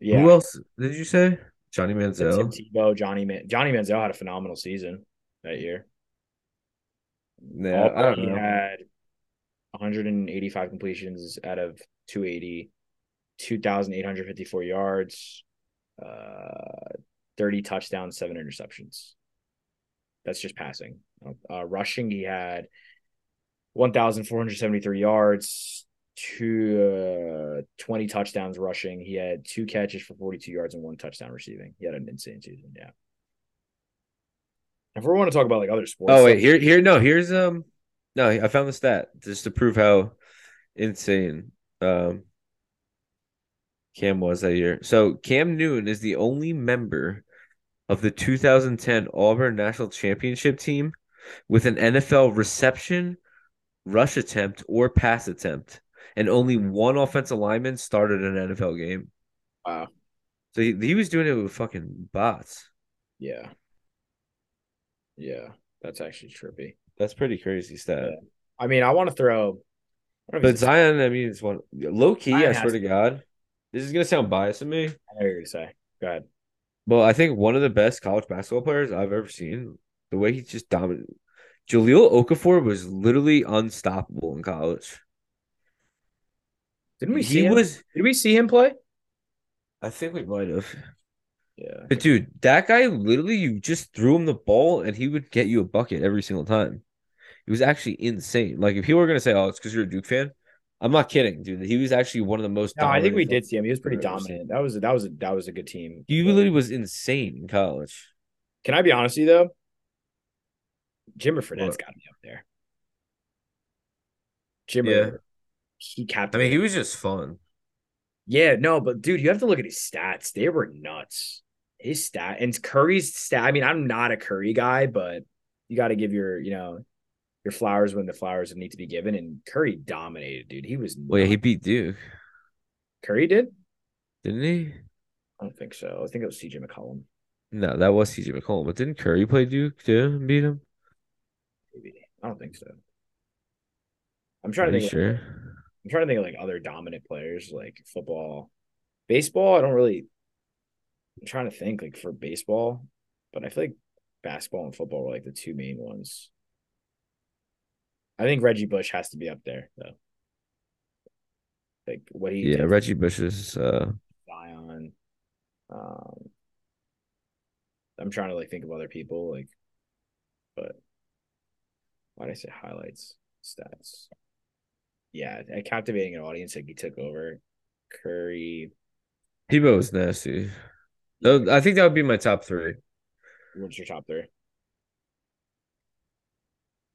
yeah, Who else did you say? Johnny Tim Manziel. Tebow, Johnny Man, Johnny Manziel had a phenomenal season that year. Yeah, I Auburn, don't know. He had 185 completions out of 280, 2,854 yards, uh, 30 touchdowns, seven interceptions. That's just passing. Uh, rushing, he had 1,473 yards, two, uh, 20 touchdowns rushing. He had two catches for 42 yards and one touchdown receiving. He had an insane season. Yeah. If we want to talk about like other sports, Oh like- wait, here, here, no, here's um, no, I found the stat just to prove how insane um Cam was that year. So Cam Newton is the only member of the 2010 Auburn National Championship team with an NFL reception, rush attempt, or pass attempt, and only one offensive lineman started an NFL game. Wow. So he, he was doing it with fucking bots. Yeah. Yeah, that's actually trippy. That's pretty crazy stat. Yeah. I mean, I want to throw. I don't know if But it's- Zion, I mean, it's one low key. Zion I swear has- to God, this is gonna sound biased to me, I know what you're gonna say. Go ahead. but I think one of the best college basketball players I've ever seen. The way he just dominated, Jaleel Okafor was literally unstoppable in college. Didn't we see he him? was. Did we see him play? I think we might have. Yeah. But dude, that guy literally, you just threw him the ball and he would get you a bucket every single time. It was actually insane. Like if people were gonna say, "Oh, it's because you're a Duke fan," I'm not kidding, dude. He was actually one of the most. No, I think dominant we fucking- did see him. He was pretty I've ever seen. dominant. That was that was a, that was a good team. He But literally was insane in college. Can I be honest with you though? Jimmer Fredette's What? got me up there. Jimmer, Yeah. he capped. I mean, he was just fun. Yeah, no, but dude, you have to look at his stats. They were nuts. His stat and Curry's stat. I mean, I'm not a Curry guy, but you got to give your, you know, your flowers when the flowers need to be given. And Curry dominated, dude. He was Well, yeah, he nuts. beat Duke, Curry did. didn't he? I don't think so. I think it was CJ McCollum. No, that was CJ McCollum. But didn't Curry play Duke too and beat him? Maybe I don't think so. I'm Are trying to you think. sure? I'm trying to think of like other dominant players like football, baseball. I don't really. I'm trying to think like for baseball, but I feel like basketball and football were like the two main ones. I think Reggie Bush has to be up there though. Like what he Yeah, did Reggie Bush is. Uh, with Zion. Um, I'm trying to like think of other people like, but why did I say highlights stats? Yeah, at captivating an audience like he took over. Curry, Tebow was nasty. Tho- I think that would be my top three. what's your top three?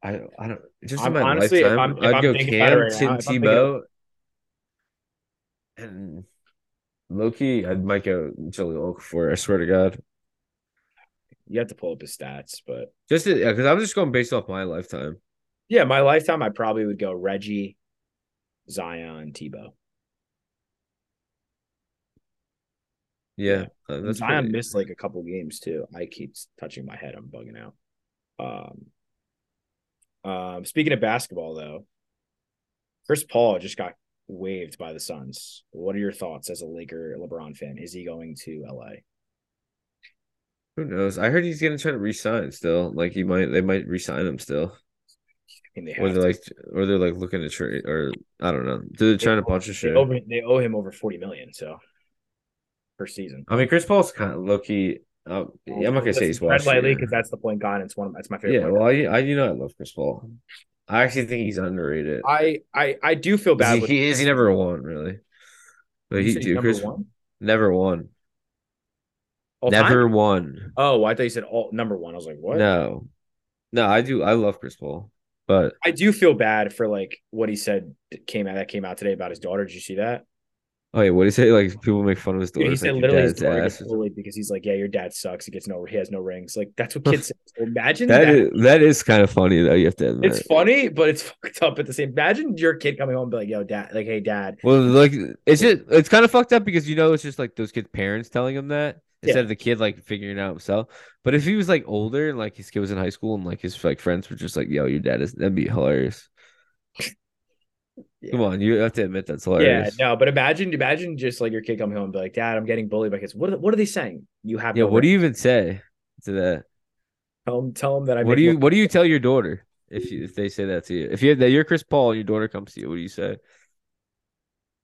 I don't, I don't just I'm- in my honestly, if lifetime. I'm- if I'd I'm go thinking about it Cam, right now, Tim if I'm thinking Tebow, and Loki. I might go Jaleel Okafor. I swear to God, You have to pull up his stats, but just because I'm just going based off my lifetime. yeah, my lifetime I probably would go Reggie, Zion, Tebow. Yeah, uh, that's Zion pretty- missed like a couple games too. I keep touching my head. I'm bugging out. Um, um, speaking of basketball though, Chris Paul just got waived by the Suns. What are your thoughts as a Laker LeBron fan? Is he going to LA? Who knows? I heard he's gonna try to resign still. Like he might, they might resign him still, And they or have they're to. like, or they're like looking to trade, or I don't know. They're trying to punch a they, shit. over, they owe him over 40 million, so per season. I mean, Chris Paul's kind of low key. Um, I'm not gonna say he's Fred washed. lightly either. because that's the point guy, and it's one of that's my favorite. Yeah, point well, guard. I, I you know I love Chris Paul. I actually think he's underrated. I, I I do feel Is bad. he, with he is he never won really, but You he say he's dude number Chris one? never won, All time? never won. Oh, I thought you said all number one. I was like, what? No, no, I do. I love Chris Paul, but I do feel bad for like what he said that came out that came out today about his daughter. Did you see that? oh yeah, what do you say? Like people make fun of his Dude, daughter. he It's said like, your literally his dad's daughter ass gets is- bullied because he's like, yeah, your dad sucks. He gets no, he has no rings. Like that's what kids say. So imagine that. That is that is kind of funny though. You have to admit. It's funny, but it's fucked up at the same. Imagine your kid coming home and be like, yo, dad, like, hey, dad. Well, like it's just it's kind of fucked up because you know it's just like those kids' parents telling him that instead Yeah. of the kid like figuring it out himself. But if he was like older and like his kid was in high school and like his like friends were just like, "Yo, your dad is," that'd be hilarious. Yeah. Come on, you have to admit that's hilarious. Yeah, no, but imagine, imagine just like your kid coming home and be like, dad, I'm getting bullied by kids. What are, what are they saying? You have yeah. no What do rings. you even say to that? tell them, tell them that I what make do you more- What do you tell your daughter if you, if they say that to you? If you that you're Chris Paul and your daughter comes to you, what do you say?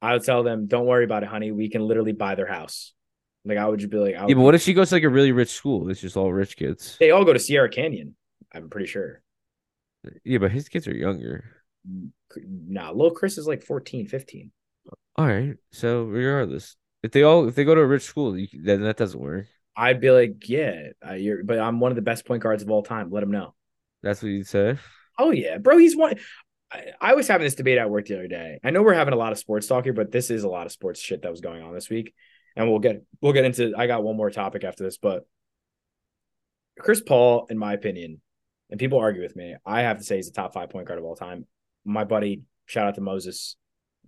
I would tell them, don't worry about it, honey. We can literally buy their house. Like I would just be like, I would Yeah, but what if she goes to like a really rich school? It's just all rich kids. They all go to Sierra Canyon. I'm pretty sure. Yeah, but his kids are younger. Nah, little Chris is like 14, 15. All right. So regardless, if they all if they go to a rich school, you, c- then that doesn't work. I'd be like, yeah, uh, you're, but I'm one of the best point guards of all time. Let him know. That's what you'd say. Oh yeah, bro, he's one. I, I was having this debate at work the other day. I know we're having a lot of sports talk here, but this is a lot of sports shit that was going on this week, and we'll get we'll get into. I got one more topic after this, but Chris Paul, in my opinion, and people argue with me. I have to say he's a top five point guard of all time. My buddy, shout out to Moses,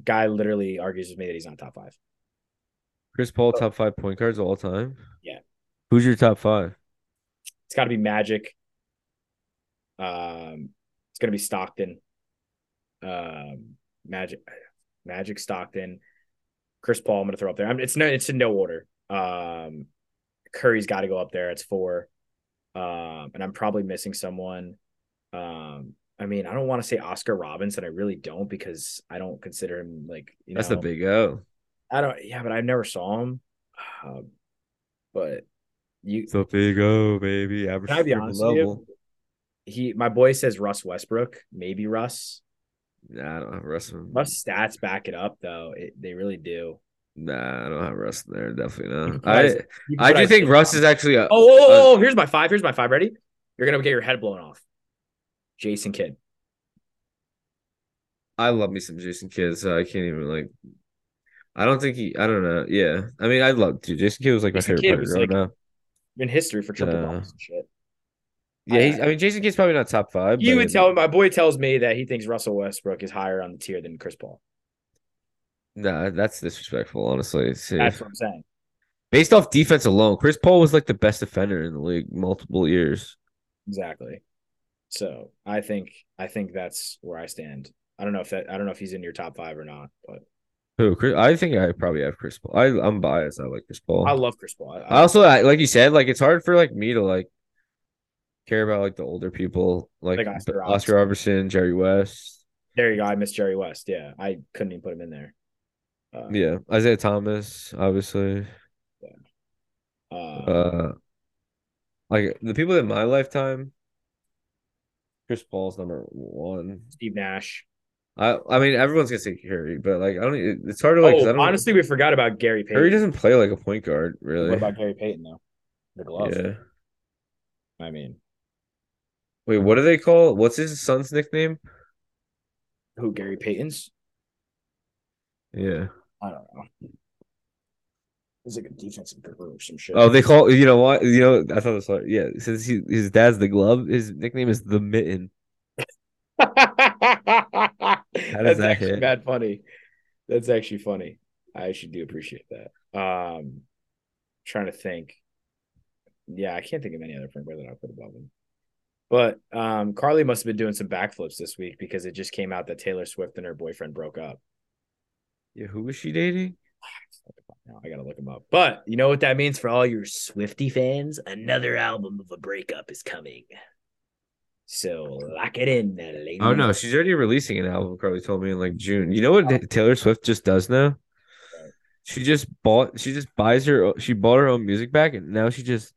guy literally argues with me that he's not top five. Chris Paul, top five point guards of all time. Yeah. Who's your top five? It's got to be Magic. Um, it's gonna be Stockton. Um, Magic, Magic Stockton, Chris Paul. I'm gonna throw up there. I'm, it's no, it's in no order. Um, Curry's got to go up there. It's four. Um, and I'm probably missing someone. Um, I mean, I don't want to say Oscar Robinson. I really don't because I don't consider him like you That's know. the big O. I don't. Yeah, but I never saw him. Um, but you The big O, baby. Average Can I be triple honest with you? he my boy says Russ Westbrook, maybe Russ. Nah, I don't have Russ. in- Russ stats back it up though. It, they really do. Nah, I don't have Russ in there. Definitely You not. can put I Isaiah- you can I put do think Isaiah Russ Thomas. is actually a. Oh, oh, oh, oh, here's my five. Here's my five. Ready? You're gonna get your head blown off. Jason Kidd. I love me some Jason Kidd, so I can't even like. I don't think he. I don't know. Yeah, I mean, I love dude. Jason Kidd was like my Jason favorite Kidd player was, growing like, up. In history for triple Uh, doubles and shit. Yeah, he's, I mean, Jason Kidd's probably not top five. You but would I tell my boy tells me that he thinks Russell Westbrook is higher on the tier than Chris Paul. mean, Nah, that's disrespectful, honestly. It's- That's what I'm saying. Based off defense alone, Chris Paul was like the best defender in the league multiple years. Exactly. So I think I think that's where I stand. I don't know if that I don't know if he's in your top five or not, but Who? Chris, I think I probably have Chris Paul. I, I'm biased. I like Chris Paul. I love Chris Paul. I, I also I, like you said, like it's hard for like me to like care about like the older people, like, Like Oscar B- Robertson. Oscar Robertson, Jerry West, there you go. I miss Jerry West. Yeah, I couldn't even put him in there. Uh, yeah, Isaiah Thomas, obviously. uh, Uh, like the people in my lifetime, Chris Paul's number one. Steve Nash. I I mean everyone's gonna say Curry, but like I don't. e, It's hard to like. 'cause I Oh, don't, honestly, we forgot about Gary Payton. Curry doesn't play like a point guard really. What about Gary Payton though? The glove. yeah. I mean, Wait, what do they call? What's his son's nickname? who Gary Payton's? Yeah. I don't know. He's like a defensive guru or some shit. Oh, they call you know what you know. I thought this. Was, yeah, since he, his dad's the glove, his nickname is the mitten. that's that actually hit? bad funny. That's actually funny. I actually do appreciate that. Um, trying to think. Yeah, I can't think of any other point that I put above him. But um, Carly must have been doing some backflips this week because it just came out that Taylor Swift and her boyfriend broke up. Yeah, who was she dating? Now I gotta look him up. But you know what that means for all your Swifty fans? Another album of a breakup is coming. So lock it in, ladies. Oh no, she's already releasing an album. Carly told me in like June. You know what Taylor Swift just does now? She just bought. She just buys her. She bought her own music back, and now she just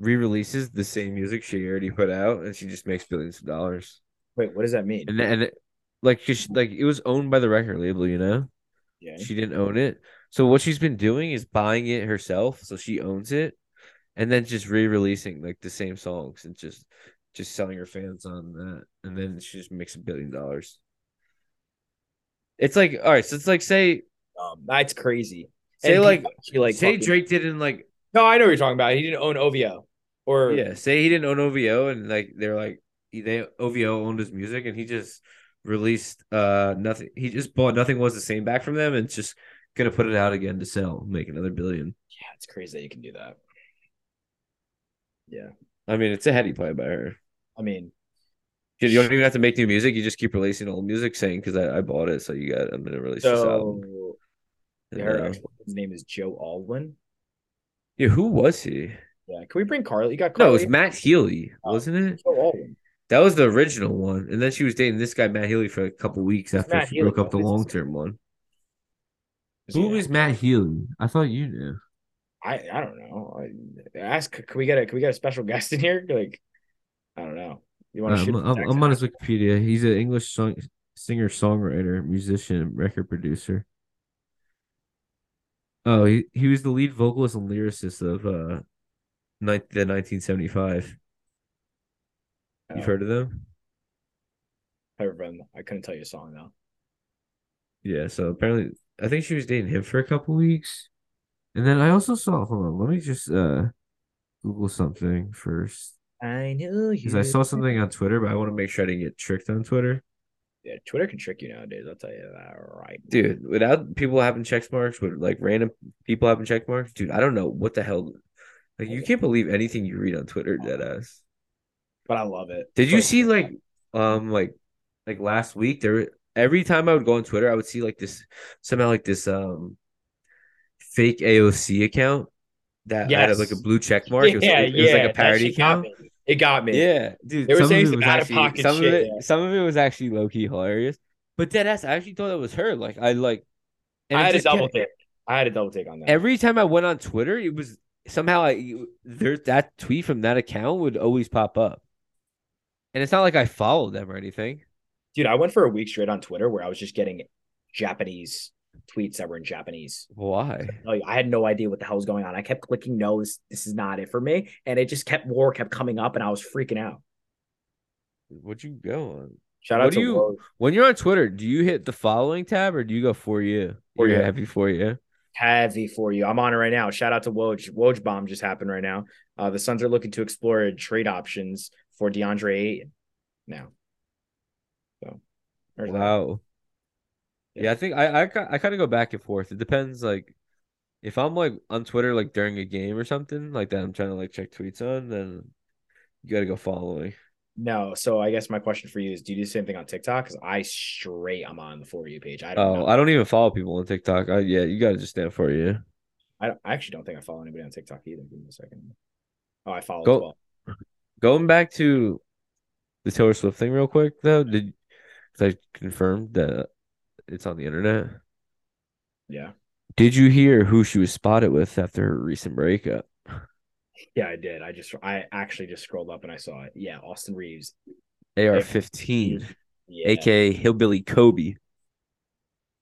re-releases the same music she already put out, and she just makes billions of dollars. Wait, what does that mean? And and like, 'cause she, like it was owned by the record label, you know. Yeah. She didn't own it. So what she's been doing is buying it herself, so she owns it, and then just re-releasing like the same songs and just just selling her fans on that, and then she just makes a billion dollars. It's like all right, so it's like say Um, that's crazy. say And like she like say fucking- Drake didn't like No, I know what you're talking about. He didn't own OVO or yeah say he didn't own OVO and like they're like he- they OVO owned his music and he just released uh nothing he just bought nothing was the same back from them and just gonna put it out again to sell make another billion. yeah, it's crazy that you can do that. I mean it's a heady play by her. I mean, You don't even have to make new music. You just keep releasing old music, saying because I, I bought it, so you got I'm gonna release this album. so And, her uh, actual his name is Joe Alwyn. yeah, who was he? Yeah, can we bring Carly? You got No, it Carly. was Matt Healy, Oh. wasn't it? Joe Alwyn. That was the original one, and then she was dating this guy Matt Healy for a couple weeks after Matt she Healy, broke up the though? Is this- long term one. Who Yeah. is Matt Healy? I thought you knew. I I don't know. I, ask can we get a can we get a special guest in here? Like I don't know. You want to Uh, I'm, shoot? I'm- I'm on his Wikipedia. He's an English song, singer, songwriter, musician, record producer. Oh, he, he was the lead vocalist and lyricist of uh, ni- the 1975. You've heard of them? Everyone, I couldn't tell you a song though. Yeah, so apparently I think she was dating him for a couple weeks. And then I also saw hold on, let me just uh Google something first. I knew you. Because I saw something on Twitter, but I want to make sure I didn't get tricked on Twitter. Yeah, Twitter can trick you nowadays. I'll tell you that right. Dude, without people having check marks, with like random people having check marks, dude, I don't know what the hell like you can't believe anything you read on Twitter, deadass. But I love it. Did you But- see like um like like last week there every time I would go on Twitter I would see like this somehow like this um fake AOC account that had like a Yes. blue check mark. It was, it was like a that parody shit got account. me. It got me. Yeah, dude. They were some of saying it some was actually- out-of-pocket some shit, Of it, yeah. Some of it was actually low key hilarious, but dead ass. I actually thought it was her. Like I like. and I it had a just kept- double take. I had a double take on that. Every time I went on Twitter, it was somehow I you- there that tweet from that account would always pop up, and it's not like I followed them or anything. Dude, I went for a week straight on Twitter where I was just getting Japanese tweets that were in Japanese. Why? Like I had no idea what the hell was going on. I kept clicking no, this, this is not it for me. And it just kept more kept coming up and I was freaking out. Would you go on? Shout What out do to you- Woj. When you're on Twitter, do you hit the following tab or do you go for you? For You're you. happy for you. heavy for you. I'm on it right now. Shout out to Woj. Woj bomb just happened right now. Uh, the Suns are looking to explore trade options for DeAndre Ayton now. So there's that. Wow. Yeah. Yeah. I think I I, ki- I kind of go back and forth. It depends. Like, if I'm like on Twitter, like during a game or something like that, I'm trying to like check tweets on, then you gotta go follow me. No, so I guess my question for you is: Do you do the same thing on TikTok? Because I straight, I'm on the for you page. I don't. Oh, know. I don't even follow people on TikTok. I, yeah, you gotta just stand for it. Yeah. I, don't- I actually don't think I follow anybody on TikTok either. Give me a second. Oh, I follow Go- as well. Going back to the Taylor Swift thing real quick though, did 'cause I confirmed that it's on the internet? Yeah, Did you hear who she was spotted with after her recent breakup? yeah, I did. I just, I actually just scrolled up and I saw it. Yeah, Austin Reeves. AR fifteen, Yeah, aka Hillbilly Kobe.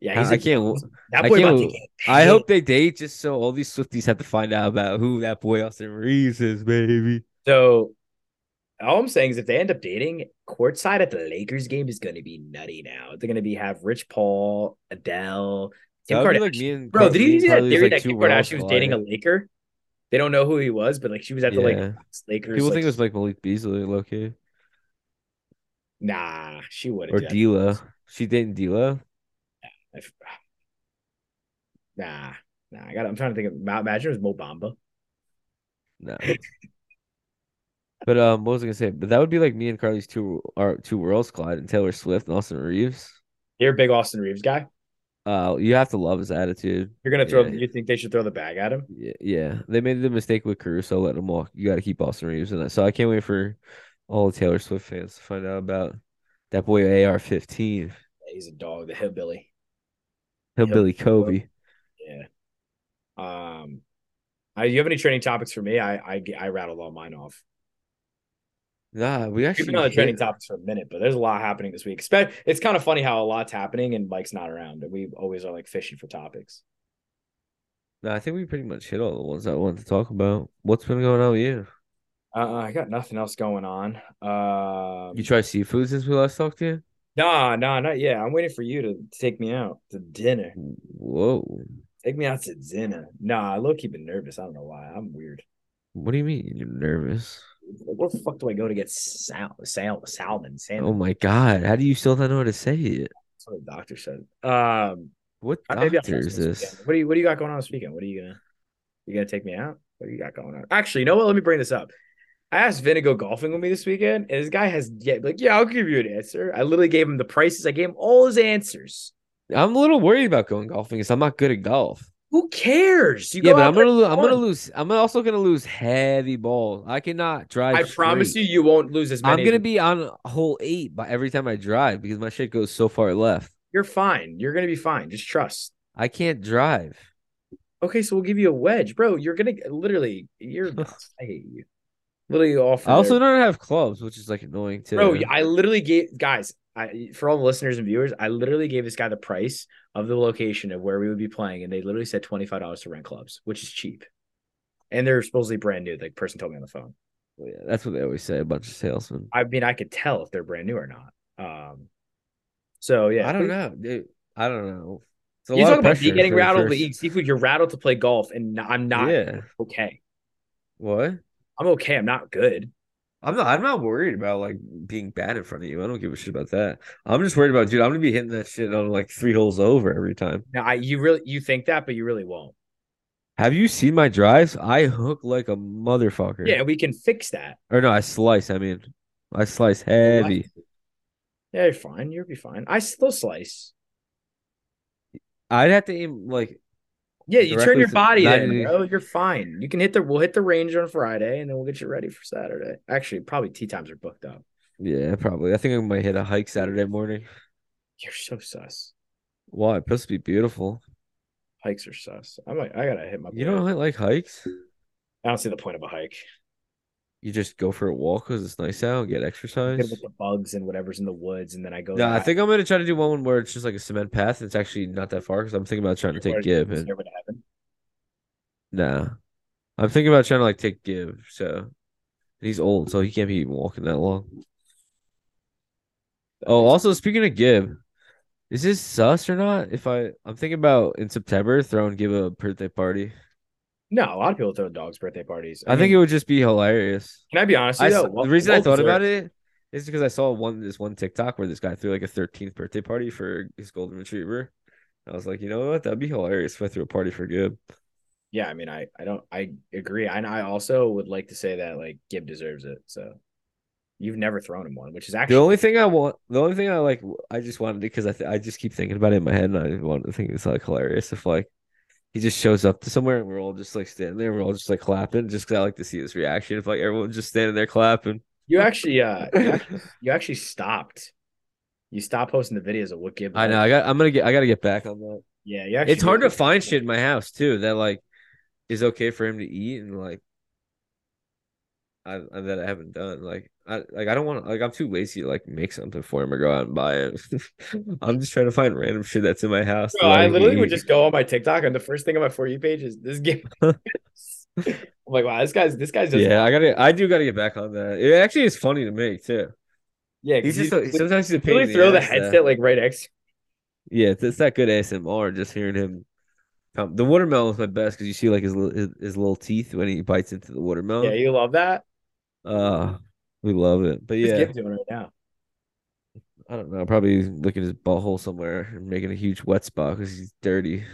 yeah, I he's I a, can't. that I boy can't- about to get I paid. hope they date just so all these Swifties have to find out about who that boy Austin Reeves is, baby. So all I'm saying is if they end up dating, courtside at the Lakers game is gonna be nutty now. They're gonna be have Rich Paul, Adele, Kim That would be like Kardashian. me and Bro, Ka- did me you and see that Carly's, theory like, that two Kim worlds Kardashian was dating a collided. Laker? They don't know who he was, but like she was at the like Yeah. Lakers. People like, think it was like Malik Beasley, low key. nah, she wouldn't. Or do that. D'La. She dating D'La? If- Nah, nah. I got. I'm trying to think of. ma- Imagine it was Mo Bamba. No. but um, what was I gonna say? But that would be like me and Carly's two our two worlds collide and Taylor Swift and Austin Reeves. You're a big Austin Reeves guy. Uh, you have to love his attitude. You're gonna throw. Yeah. You think they should throw the bag at him? Yeah, yeah. They made the mistake with Caruso letting him walk. You got to keep Austin Reeves in that. So I can't wait for all the Taylor Swift fans to find out about that boy AR fifteen, Yeah, he's a dog. The hillbilly. Hillbilly Kobe. Yeah. Um, I, do you have any training topics for me? I I, I rattled all mine off. Nah, we We've actually been on the hit- training topics for a minute, but there's a lot happening this week. Spe- It's kind of funny how a lot's happening and Mike's not around. and We always are like fishing for topics. Nah, I think we pretty much hit all the ones I wanted to talk about. What's been going on with you? Uh, I got nothing else going on. Um, You try seafood since we last talked to you? nah, nah, not yet. I'm waiting for you to take me out to dinner. Whoa. Take me out to dinner. Nah, I low key been nervous. I don't know why. I'm weird. What do you mean you're nervous? Like, where the fuck do I go to get sal- sal- salmon? Salmon. Oh my god, how do you still not know how to say it? That's what the doctor said. Um, What Uh, Maybe I'll doctor text is this weekend. this? What do you What do you got going on this weekend? What are you gonna You gonna take me out? What do you got going on? Actually, you know what? Let me bring this up. I asked Vin to go golfing with me this weekend, and this guy has yet like, yeah, I'll give you an answer. I literally gave him the prices. I gave him all his answers. I'm a little worried about going golfing because I'm not good at golf. Who cares? You yeah, go but out I'm gonna there lose. for I'm gonna fun. lose. I'm also gonna lose heavy balls. I cannot drive. I promise straight. you, you won't lose as many. I'm as gonna you- be on hole eight by every time I drive because my shit goes so far left. You're fine. You're gonna be fine. Just trust. I can't drive. Okay, so we'll give you a wedge, bro. You're gonna literally. You're. I hate you. Literally off. I also don't have clubs, which is like annoying too. Bro, I literally gave guys, I for all the listeners and viewers, I literally gave this guy the price of the location of where we would be playing, and they literally said twenty five dollars to rent clubs, which is cheap, and they're supposedly brand new. The person told me on the phone. Well, yeah, that's what they always say. A bunch of salesmen. I mean, I could tell if they're brand new or not. Um, so yeah, I don't know. dude. I don't know. It's a You lot talk of about me pressure getting for the rattled, first- but eating seafood, you're rattled to play golf, and I'm not Yeah. okay. What? I'm okay. I'm not good. I'm not. I'm not worried about like being bad in front of you. I don't give a shit about that. I'm just worried about, dude. I'm gonna be hitting that shit on like three holes over every time. Now, I you really you think that, but you really won't. Have you seen my drives? I hook like a motherfucker. Yeah, we can fix that. Or no, I slice. I mean, I slice heavy. Yeah, you're fine. You'll be fine. I still slice. I'd have to aim like Yeah, you turn directly your to body then, 90. bro. You're fine. You can hit the we'll hit the range on Friday and then we'll get you ready for Saturday. Actually, probably tea times are booked up. yeah, probably. I think I might hit a hike Saturday morning. You're so sus. Wow, it's supposed to be beautiful. Hikes are sus. I might I gotta hit my boy You don't up. really like hikes? I don't see the point of a hike. You just go for a walk because it's nice out, get Hit exercise. with the bugs and whatever's in the woods, and then I go. No, I back. think I'm gonna try to do one where it's just like a cement path. It's actually not that far because I'm thinking about trying to Where- take Gib. And, Stairway to heaven. nah, I'm thinking about trying to like take Gib. So he's old, so he can't be walking that long. Oh, also speaking of Gib, is this sus or not? If I I'm thinking about in September throwing Gib a birthday party. No, a lot of people throw dogs birthday parties. I think it would just be hilarious. Can I be honest? I With you, saw- though? Well- the reason I well thought about deserved. it is because I saw one this one TikTok where this guy threw like a 13th birthday party for his golden retriever. I was like, you know what? That'd be hilarious if I threw a party for Gib. Yeah, I mean, I I don't I agree, and I also would like to say that like Gib deserves it. So you've never thrown him one, which is The actually only thing I want, the only thing I like, I just wanted because I th- I just keep thinking about it in my head, and I want to think it's like hilarious if like he just shows up to somewhere and we're all just like standing there, we're all just like clapping, just 'cause I like to see his reaction. If like everyone's just standing there clapping, you actually uh you actually, you actually stopped. You stopped posting the videos of what Gib. I know liked. I got I'm gonna get I gotta get back on that. Yeah, you actually It's hard to did. find shit in my house too that like is okay for him to eat and like I, I that I haven't done. Like I like I don't want to like I'm too lazy to like make something for him or go out and buy it. I'm just trying to find random shit that's in my house. Bro, that I can literally would eat. just go on my TikTok, and the first thing on my for you page is this game. I'm like, wow, this guy's this guy's just yeah, I gotta. I do gotta get back on that. It actually is funny to make too. yeah. 'cause He's just you a- sometimes he's a pain literally in throw the ass, though. headset like right next. Yeah, it's, it's that good ASMR. Just hearing him. Um, the watermelon is my best because you see like his, li- his his little teeth when he bites into the watermelon. Yeah, you love that. Uh, we love it. But This yeah, Gib's doing right now. I don't know. Probably looking his butthole somewhere and making a huge wet spot because he's dirty.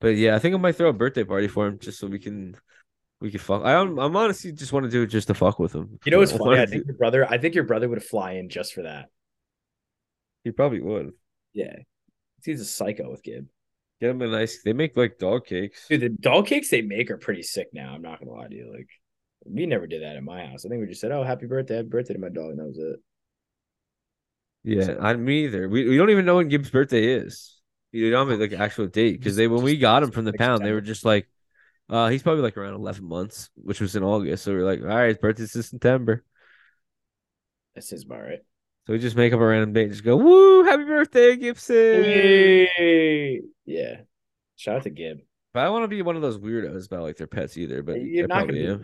But yeah, I think I might throw a birthday party for him just so we can we can fuck. I I'm, I'm honestly just want to do it just to fuck with him. You know what's I funny? wanna I do- think your brother. I think your brother would fly in just for that. he probably would Yeah, he's a psycho with Gib. get him a nice. They make like dog cakes. Dude, the doll cakes they make are pretty sick now. I'm not gonna lie to you. Like, we never did that at my house. I think we just said, "Oh, happy birthday, happy birthday to my dog," and that was it. Yeah, I me either. We we don't even know when Gibbs' birthday is. You don't have like an actual date because they when we got him from the Like pound, they September. were just like, uh, he's probably like around eleven months, which was in August. So we are like, all right, his birthday's in September. That seems about right. So we just make up a random date and just go, woo, happy birthday, Gibson. Hey! Yeah. Shout out to Gib. But I don't want to be one of those weirdos about like their pets either. But You're I not gonna. probably Be, am.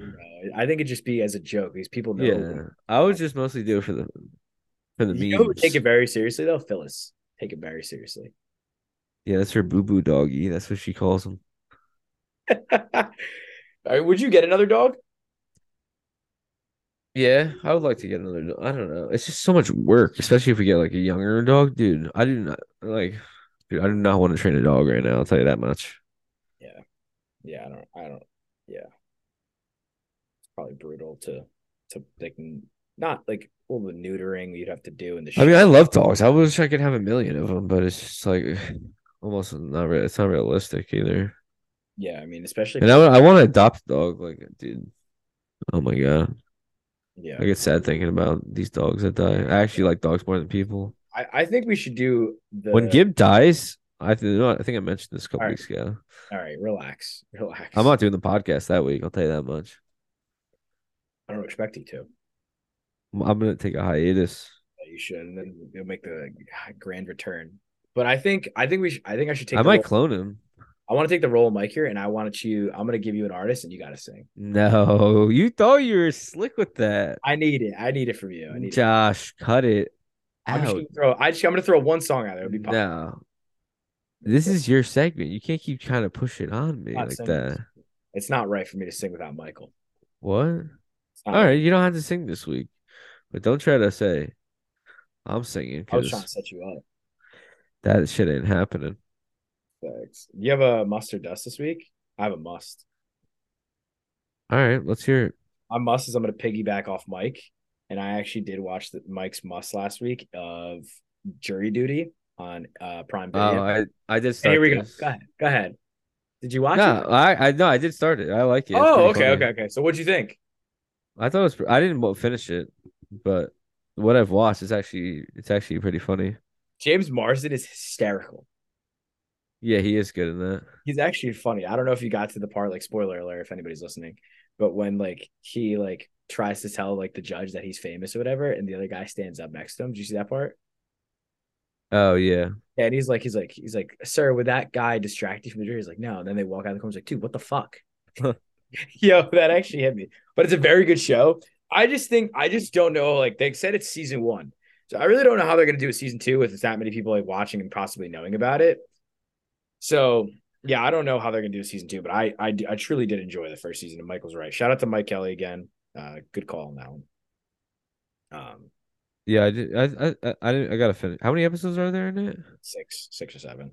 bro. I think it'd just be as a joke because people know. Yeah, I would just mostly do it for the for the You know who would memes. take it very seriously though, Phyllis. Take it very seriously. Yeah, that's her boo boo doggy. That's what she calls him. All right, would you get another dog? Yeah, I would like to get another. do- I don't know. It's just so much work, especially if we get like a younger dog, dude. I do not like, dude. I do not want to train a dog right now. I'll tell you that much. Yeah, I don't. I don't. Yeah, it's probably brutal to to like n- not like all the neutering you'd have to do and the. I mean, shit. I love dogs. I wish I could have a million of them, but it's just like almost not. Re- it's not realistic either. yeah, I mean, especially. And I would, I want to adopt a dog. Like, dude. Oh my god, yeah, I get sad thinking about these dogs that die. I actually like dogs more than people. I, I think we should do the. When Gib dies, I think I think I mentioned this a couple Alright. weeks ago. all right, relax, relax. I'm not doing the podcast that week. I'll tell you that much. I don't expect you to. I'm I'm gonna take a hiatus. but You should, and then you'll make the grand return. But I think I think we should. I think I should take. I the might role- clone him. I want to take the role of Mike here, and I want you. I'm gonna give you an artist, and you gotta sing. No, you thought you were slick with that. I need it. I need it from you. I need. it. Josh, cut it I'm just out. gonna throw. I just, I'm gonna throw one song out there. It'll be pop. No, this is your segment. You can't keep trying to push it on me Not like singing. that. It's not right for me to sing without Michael. What? It's not All right, you don't have to sing this week, but don't try to say I'm singing I was trying to because set you up. that shit ain't happening. Thanks. You have a must or dust this week? I have a must. All right, let's hear it. My must is I'm going to piggyback off Mike, and I actually did watch the, Mike's must last week of Jury Duty on uh, Prime Oh, Video. I I did And start. here we go. this. Go ahead. Go ahead. Did you watch No, it? I I no, I did start it. I like it. It's oh, okay, pretty funny. okay, okay. So what'd you think? I thought it was. pre- I didn't wa- finish it, but what I've watched is actually it's actually pretty funny. James Marsden is hysterical. Yeah, he is good in that. he's actually funny. I don't know if you got to the part like spoiler alert if anybody's listening, but when like he like tries to tell like the judge that he's famous or whatever, and the other guy stands up next to him. Did you see that part? Oh yeah, Yeah, and he's like, he's like, he's like, sir, would that guy distract you from the jury? He's like, no. And then they walk out of the corner. He's like, dude, what the fuck? Yo, that actually hit me. But it's a very good show. I just think I just don't know. Like they said, it's season one, so I really don't know how they're gonna do a season two with that many people like watching and possibly knowing about it. So yeah, I don't know how they're gonna do season two, but I I, d- I truly did enjoy the first season. And Michael's right. Shout out to Mike Kelly again. Uh, good call on that one. Um, Yeah, I did. I I I, I, didn't, I gotta finish. How many episodes are there in it? six, six or seven.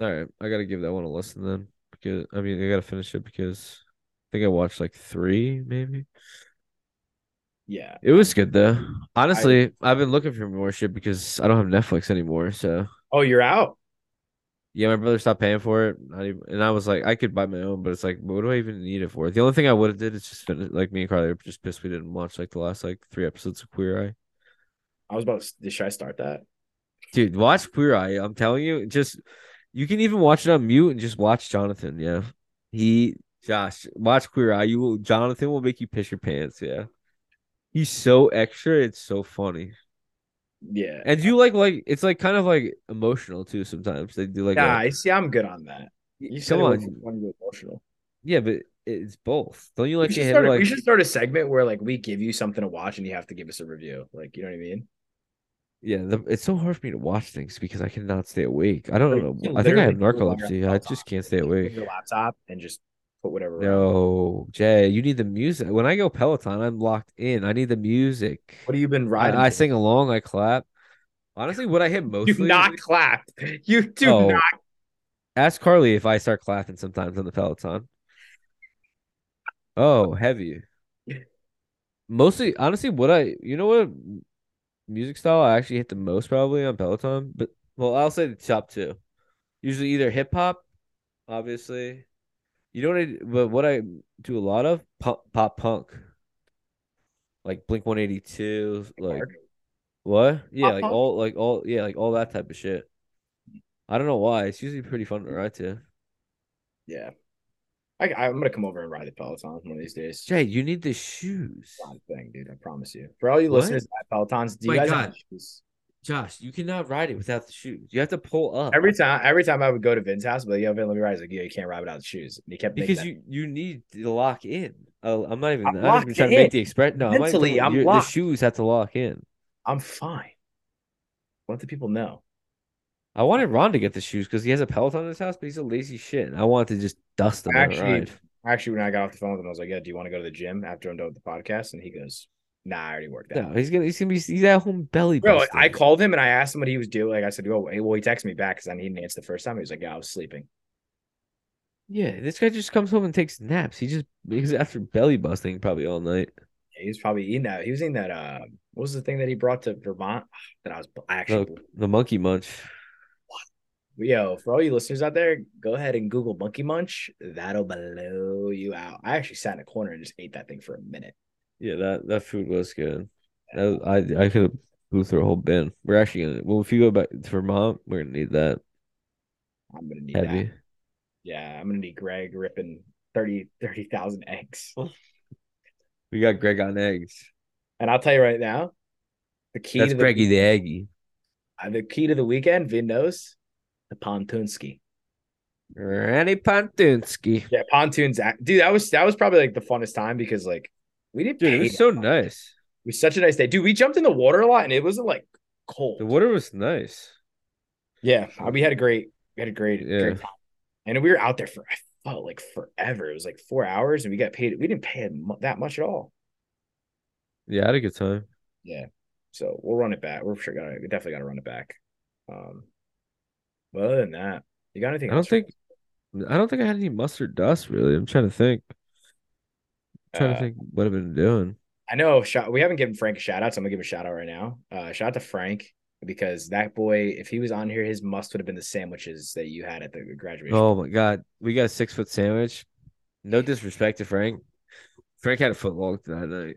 All right, I gotta give that one a listen then. Because I mean, I gotta finish it because I think I watched like three, maybe. Yeah, It was good though. Honestly, I, have been looking for more shit because I don't have Netflix anymore. So Oh, you're out. yeah, my brother stopped paying for it, not even, and I was like, I could buy my own, but it's like, what do I even need it for? The only thing I would have did is just finish. Like me and Carly were just pissed we didn't watch like the last like three episodes of Queer Eye. I was about. To, s- should I start that? Dude, watch Queer Eye. I'm telling you, just you can even watch it on mute and just watch Jonathan. Yeah, he Josh, watch Queer Eye. You will Jonathan will make you piss your pants. Yeah, he's so extra. It's so funny. Yeah. And you like like it's like kind of like emotional too. Sometimes they do like Nah, a, I see. I'm good on that. You said come it was on, fun to be emotional. yeah, but it's both. Don't you We like should, to start, handle a- like we should start a segment where like we give you something to watch and you have to give us a review. Like you know what I mean? yeah? The, it's so hard for me to watch things because I cannot stay awake. I don't Like, you know. can I think I have literally go on your narcolepsy. I just laptop can't stay and open awake. Your laptop and just put whatever. on. No, Jay, you need the music. When I go Peloton, I'm locked in. I need the music. What have you been riding? I, I to? sing along. I clap. Honestly, what I hit mostly. Do not clap. You do Oh. not. Ask Carly if I start clapping sometimes on the Peloton. Oh, heavy. Mostly, honestly, what I, you know what music style I actually hit the most probably on Peloton, but well, I'll say the top two. Usually either hip hop, obviously. You know what I, but what I do a lot of pop, pop punk, like Blink 182, like what? Yeah, Pop like punk? all, like all, yeah, like all that type of shit. I don't know why. It's usually pretty fun to ride to. Yeah. I, I'm gonna come over and ride the Peloton one of these days. Jay, you need the shoes. Peloton thing, dude. I promise you. For all you What? listeners at Pelotons, do you My guys have God. shoes? Josh, you cannot ride it without the shoes. You have to pull up Every time, every time I would go to Vin's house, but yo, Vin, let me ride. He's like, yeah, you can't ride without the shoes. And he kept making because that- you you need to lock in. Oh, I'm not even. I'm I'm, not even locked trying to make in. the express. No, I'm not even Mentally, talking- I'm your- the locked. shoes have to lock in. I'm fine. Let the people know. I wanted Ron to get the shoes because he has a Peloton in his house, but he's a lazy shit. And I wanted to just dust them. Actually, Actually- Actually, when I got off the phone with him, I was like, yeah, do you want to go to the gym after I'm done with the podcast? And he goes, nah, I already worked out. no, he's gonna he's gonna be he's at home belly. Bro, busting. I called him and I asked him what he was doing. Like I said, oh, hey, well, he texted me back because I didn't answer the first time. He was like, yeah, I was sleeping. Yeah, this guy just comes home and takes naps. He just he's after belly busting probably all night. Yeah, he was probably eating that. He was eating that. Uh, what was the thing that he brought to Vermont? That I was I actually. The, the monkey munch. Yo, for all you listeners out there, go ahead and Google Monkey Munch. That'll blow you out. I actually sat in a corner and just ate that thing for a minute. Yeah, that that food was good. That, I I could have blew through a whole bin. We're actually gonna well if you go back to Vermont, we're gonna need that I'm gonna need heavy. that. Yeah, I'm gonna need Greg ripping 30 30,000 eggs. We got Greg on eggs. And I'll tell you right now, the key That's to the, Greggy the Aggie. uh, the key to the weekend, Vin knows, the pontoon ski. Randy Pontunski. Yeah, pontoons, act- dude. That was that was probably like the funnest time because like we didn't. Dude, pay it was that so much. nice. It was such a nice day, dude. We jumped in the water a lot and it wasn't like cold. The water was nice. Yeah, uh, we had a great, we had a great, Yeah. great time, and we were out there for I felt like forever. It was like four hours, and we got paid. We didn't pay mu- that much at all. Yeah, I had a good time. So we'll run it back. We're sure gonna we definitely gotta run it back. Um, well, other than that, you got anything? I don't else for think I don't think I had any mustard dust really. I'm trying to think. us? trying Uh, to think what I've been doing. I know shout, we haven't given Frank a shout out, so I'm gonna give a shout out right now. Uh, shout out to Frank because that boy, if he was on here, his must would have been the sandwiches that you had at the graduation. Oh my god. We got a six foot sandwich. No disrespect to Frank. Frank had a foot long that night.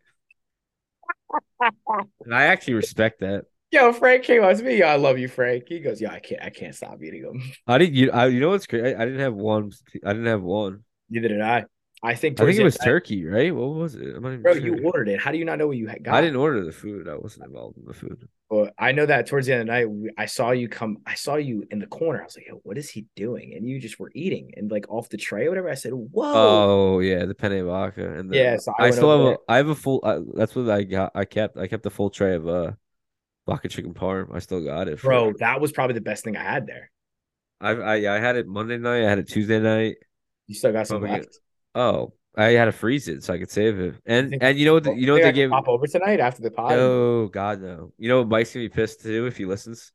And I actually respect that. Yo, Frank came up to me. Yo, I love you, Frank. He goes, Yo, I can't, I can't stop eating them. I didn't you I, you know what's crazy? I, I didn't have one I didn't have one. Neither did I. I think I towards think it the was end- turkey, right? What was it? I'm not even Bro, sure. you ordered it. How do you not know what you had got? I didn't order the food. I wasn't involved in the food. But I know that towards the end of the night, we- I saw you come. I saw you in the corner. I was like, "Yo, what is he doing?" And you just were eating and like off the tray or whatever. I said, "Whoa, Oh, yeah, the penne vodka and the, yeah." So I, I went still over have a there. I have a full I, that's what I got I kept I kept the full tray of uh vodka chicken parm. I still got it. for- bro. That was probably the best thing I had there. I I I had it Monday night. I had it Tuesday night. You still got some Probably left. Oh, I had to freeze it so I could save it. And think- and you know what? The, you know what Think I they can gave? pop over tonight after the pod. Oh God, no. You know what Mike's gonna be pissed too if he listens.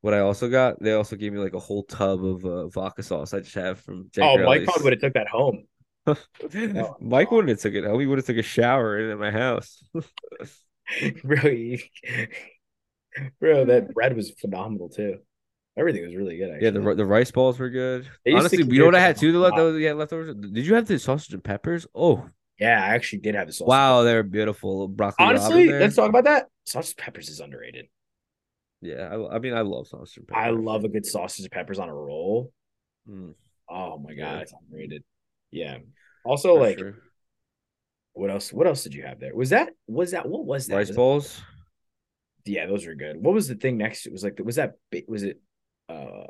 What I also got, they also gave me like a whole tub of uh, vodka sauce I just have from. Jack oh, Mike Rally's. probably would have took that home. Oh, Mike God. wouldn't have took it home. He would have took a shower in at my house. really, bro. That bread was phenomenal too. Everything was really good. Actually. yeah, the ri- the rice balls were good. They used to Honestly, you clear know what I them had too? The left out. that was yeah leftovers. Did you have the sausage and peppers? Oh yeah, I actually did have the sauce. wow, they're beautiful. Broccoli. Robin Honestly, there. let's talk about that. Sausage and peppers is underrated. yeah. I, I mean, I love sausage and peppers. I love a good sausage and peppers on a roll. Mm, Oh my god, Yeah. it's underrated. Yeah. Also, for like, sure. what else? What else did you have there? Was that? Was that? What was that? rice Was- balls. yeah, those were good. What was the thing next? It was like, was that? ba- Was it? uh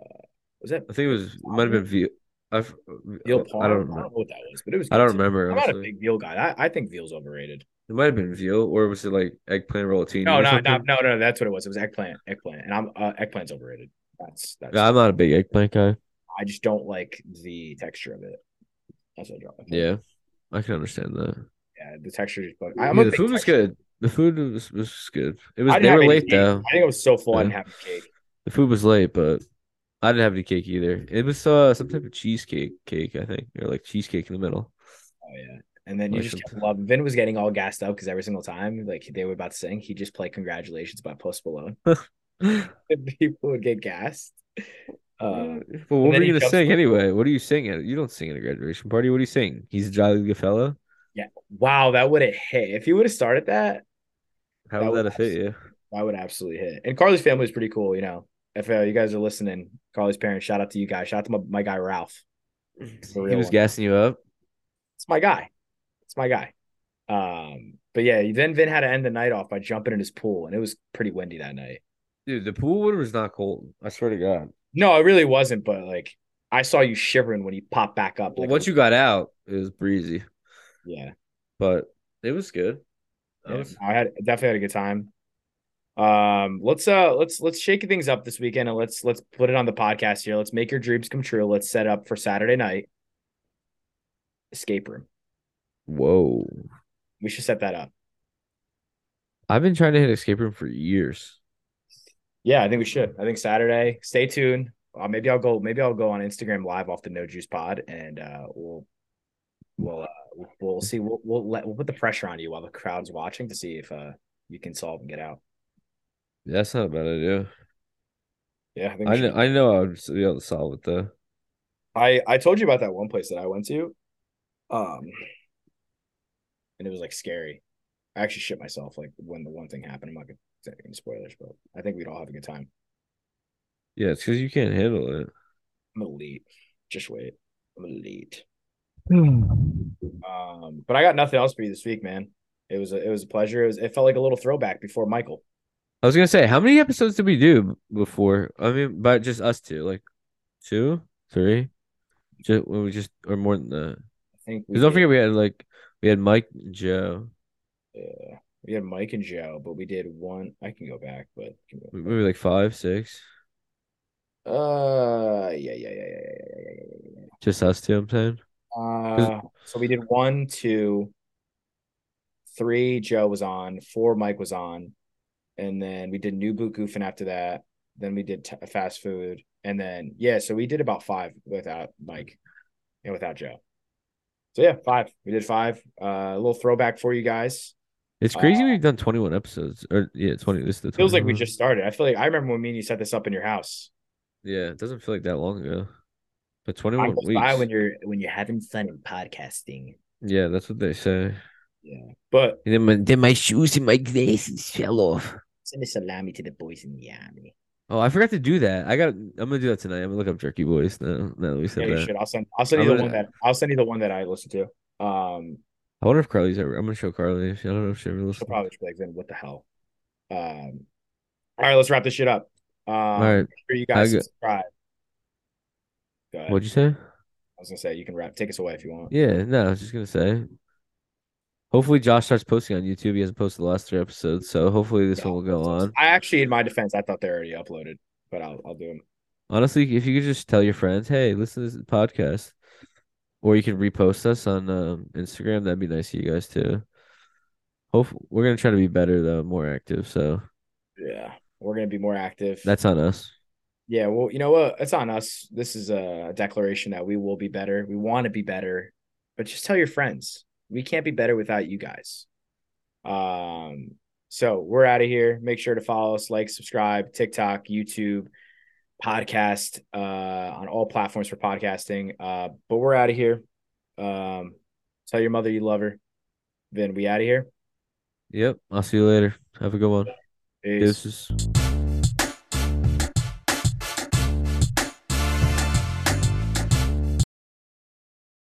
Was that I think it was might have been veal. I've, I veal don't parm? remember. know what that was, but it was. I good don't too. remember. I'm not a honestly. big veal guy. I, I think veal's overrated. It might have been veal, or was it like eggplant rollatini? No, no, or no, something? no, no. That's what it was. It was eggplant, eggplant, and I'm uh, eggplant's overrated. That's that's. Yeah, I'm not a big eggplant guy. I just don't like the texture of it. That's what I drop. Yeah, I can understand that. yeah, the texture is. But Yeah, I'm a the big food was texture- good. The food was, was good. It was I didn't they have were any late cake. though. I think I was so full. I Yeah. didn't have a cake. The food was late, but I didn't have any cake either. It was uh some type of cheesecake cake, I think, or like cheesecake in the middle. Oh yeah. And then you Like just kept something. loving. Vin was getting all gassed up because every single time, like they were about to sing, he'd just play "Congratulations" by Post Malone. And people would get gassed. Uh, but what then were he you gonna jumps sing up. anyway? What do you sing at? You don't sing at a graduation party. What do you sing? He's a jolly good fellow. wow, that would have hit if he would have started that. How That would would that have fit you? That would absolutely hit. And Carly's family is pretty cool, you know. If uh, you guys are listening, Carly's parents, shout out to you guys. Shout out to my, my guy Ralph. The he real was one. gassing you up. It's my guy. It's my guy. Um, but yeah, then Vin had to end the night off by jumping in his pool, and it was pretty windy that night. Dude, the pool water was not cold. I swear to God. No, it really wasn't, but like I saw you shivering when you popped back up. Well, Like, once you got out, it was breezy, yeah, but it was good. That yeah. was- I had definitely had a good time. Um, let's uh let's let's shake things up this weekend and let's let's put it on the podcast here. Let's make your dreams come true. Let's set up for Saturday night. Escape room. Whoa. We should set that up. I've been trying to hit escape room for years. Yeah, I think we should. I think Saturday. Stay tuned. Uh, maybe I'll go. Maybe I'll go on Instagram live off the No Juice Pod, and uh, we'll we'll uh, we'll- we'll see. We'll we'll let we'll put the pressure on you while the crowd's watching to see if uh you can solve and get out. That's not a bad idea. Yeah, I think we I should. know, I know I would s- be able to solve it though. I I told you about that one place that I went to, um, and it was like scary. I actually shit myself like when the one thing happened. I'm not gonna say any spoilers, but I think we'd all have a good time. Yeah, it's because you can't handle it. I'm elite. Just wait. I'm elite. Hmm. Um, but I got nothing else for you this week, man. It was a, it was a pleasure. It was it felt like a little throwback before Michael. I was gonna say, how many episodes did we do b- before? I mean, but just us two, like two, three, just we just or more than that. I think we Because don't did- forget, we had like we had Mike, and Joe, yeah, we had Mike and Joe, but we did one. I can go back, but maybe like five, six, uh, yeah, yeah, yeah, yeah, yeah, yeah, yeah, yeah, yeah. yeah. just us two. I'm saying. Uh, so we did one, two, three. Joe was on. Four. Mike was on, and then we did New Boot Goofing after that. Then we did t- fast food, and then yeah, so we did about five without Mike and without Joe. So yeah, five. We did five. Uh, a little throwback for you guys. It's crazy we've done 21 episodes, or yeah, 20. This is the Uh, Feels like we 21. just started. I feel like I remember when me and you set this up in your house. yeah, it doesn't feel like that long ago, but Time 21 goes weeks. by when you're when you're having fun and podcasting. yeah, that's what they say. Yeah, but And then my, then my shoes and my glasses fell off. send a salami to the boys in the army. Oh, I forgot to do that. I got. I'm gonna do that tonight. I'm gonna look up Jerky Boys now. Now that we Yeah, said you that, should. I'll send. I'll send you I'm the one gonna- that I'll send you the one that I listen to. Um, I wonder if Carly's ever. I'm gonna show Carly. If, I don't know if she ever she'll listens. probably just be like, "Then what the hell?" Um, all right, let's wrap this shit up. Um, All right. make sure you guys I go- subscribe. Go ahead. What'd you say? I was gonna say you can wrap. Take us away if you want. Yeah. No, I was just gonna say. Hopefully, Josh starts posting on YouTube. He hasn't posted the last three episodes, so hopefully this Yeah, one will go on. I actually, in my defense, I thought they already uploaded, but I'll I'll do them. Honestly, if you could just tell your friends, hey, listen to this podcast, or you can repost us on um, Instagram, that'd be nice of you guys too. Hope we're gonna try to be better though, more active. So Yeah, we're gonna be more active. that's on us. yeah. Well, you know what? It's on us. This is a declaration that we will be better. We want to be better, but just tell your friends we can't be better without you guys. Um. So we're out of here. Make sure to follow us, like, subscribe, TikTok, YouTube, podcast, uh, on all platforms for podcasting. Uh, but we're out of here. Um, tell your mother you love her. Then we out of here. Yep. I'll see you later. Have a good one. Peace. Deuces.